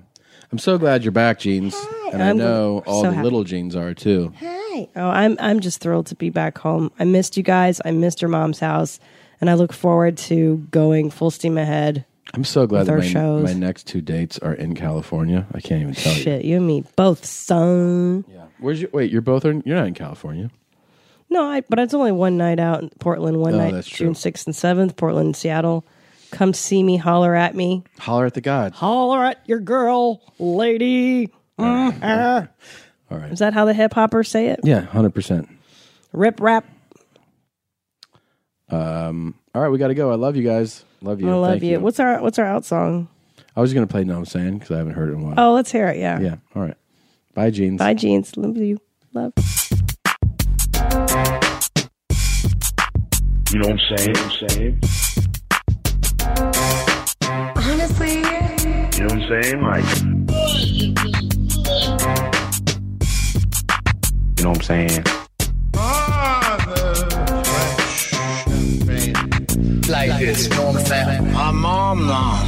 Speaker 2: I'm so glad you're back, Jeans. And i
Speaker 1: I'm
Speaker 2: know all
Speaker 1: so
Speaker 2: the
Speaker 1: happy.
Speaker 2: little Jeans are too.
Speaker 1: Oh, I'm I'm just thrilled to be back home. I missed you guys. I missed your mom's house, and I look forward to going full steam ahead.
Speaker 2: I'm so glad
Speaker 1: with
Speaker 2: that
Speaker 1: our
Speaker 2: my,
Speaker 1: shows.
Speaker 2: my next two dates are in California. I can't even tell you.
Speaker 1: Shit, you and me both, son.
Speaker 2: Where's your wait? You're both in. You're not in California.
Speaker 1: No, I, but it's only one night out in Portland, one
Speaker 2: Oh,
Speaker 1: night
Speaker 2: that's
Speaker 1: June 6th and 7th, Portland and Seattle. Come see me, holler at me.
Speaker 2: Holler at the gods.
Speaker 1: Holler at your girl, lady. Mhm.
Speaker 2: All right.
Speaker 1: Is that how the hip hoppers say it?
Speaker 2: Yeah, hundred percent.
Speaker 1: Rip rap.
Speaker 2: Um. All right, we got to go. I love you guys. Love you.
Speaker 1: I love
Speaker 2: Thank
Speaker 1: you. What's our what's our out song?
Speaker 2: I was gonna play. No, I'm saying because I haven't heard it in a while.
Speaker 1: Oh, let's hear it. Yeah.
Speaker 2: Yeah. All right. Bye, jeans.
Speaker 1: Bye, jeans. Love you. Love.
Speaker 15: You know what I'm saying?
Speaker 24: Honestly,
Speaker 15: You know what I'm saying? Like, you know what I'm saying?
Speaker 7: Like this, you know what I'm saying? My mom now.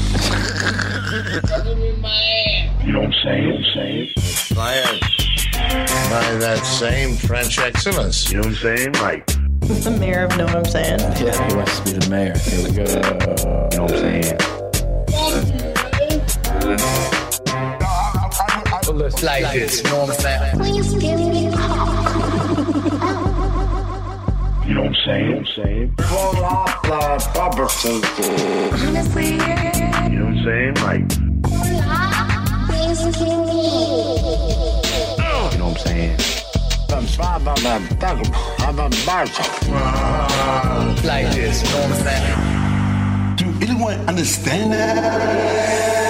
Speaker 15: You know what I'm saying? You know what I'm saying?
Speaker 7: I am by that same French excellence. You know what I'm saying? Like,
Speaker 25: The mayor of know what I'm saying.
Speaker 2: Yeah, he wants to be the mayor. Here we go. You know what I'm saying?
Speaker 7: like this, you know what I'm saying?
Speaker 15: You know what I'm saying? You know what I'm saying?
Speaker 24: honestly,
Speaker 15: You know what I'm saying? Like, you know what I'm saying?
Speaker 7: Like this, you know what I'm saying?
Speaker 15: Do anyone understand that?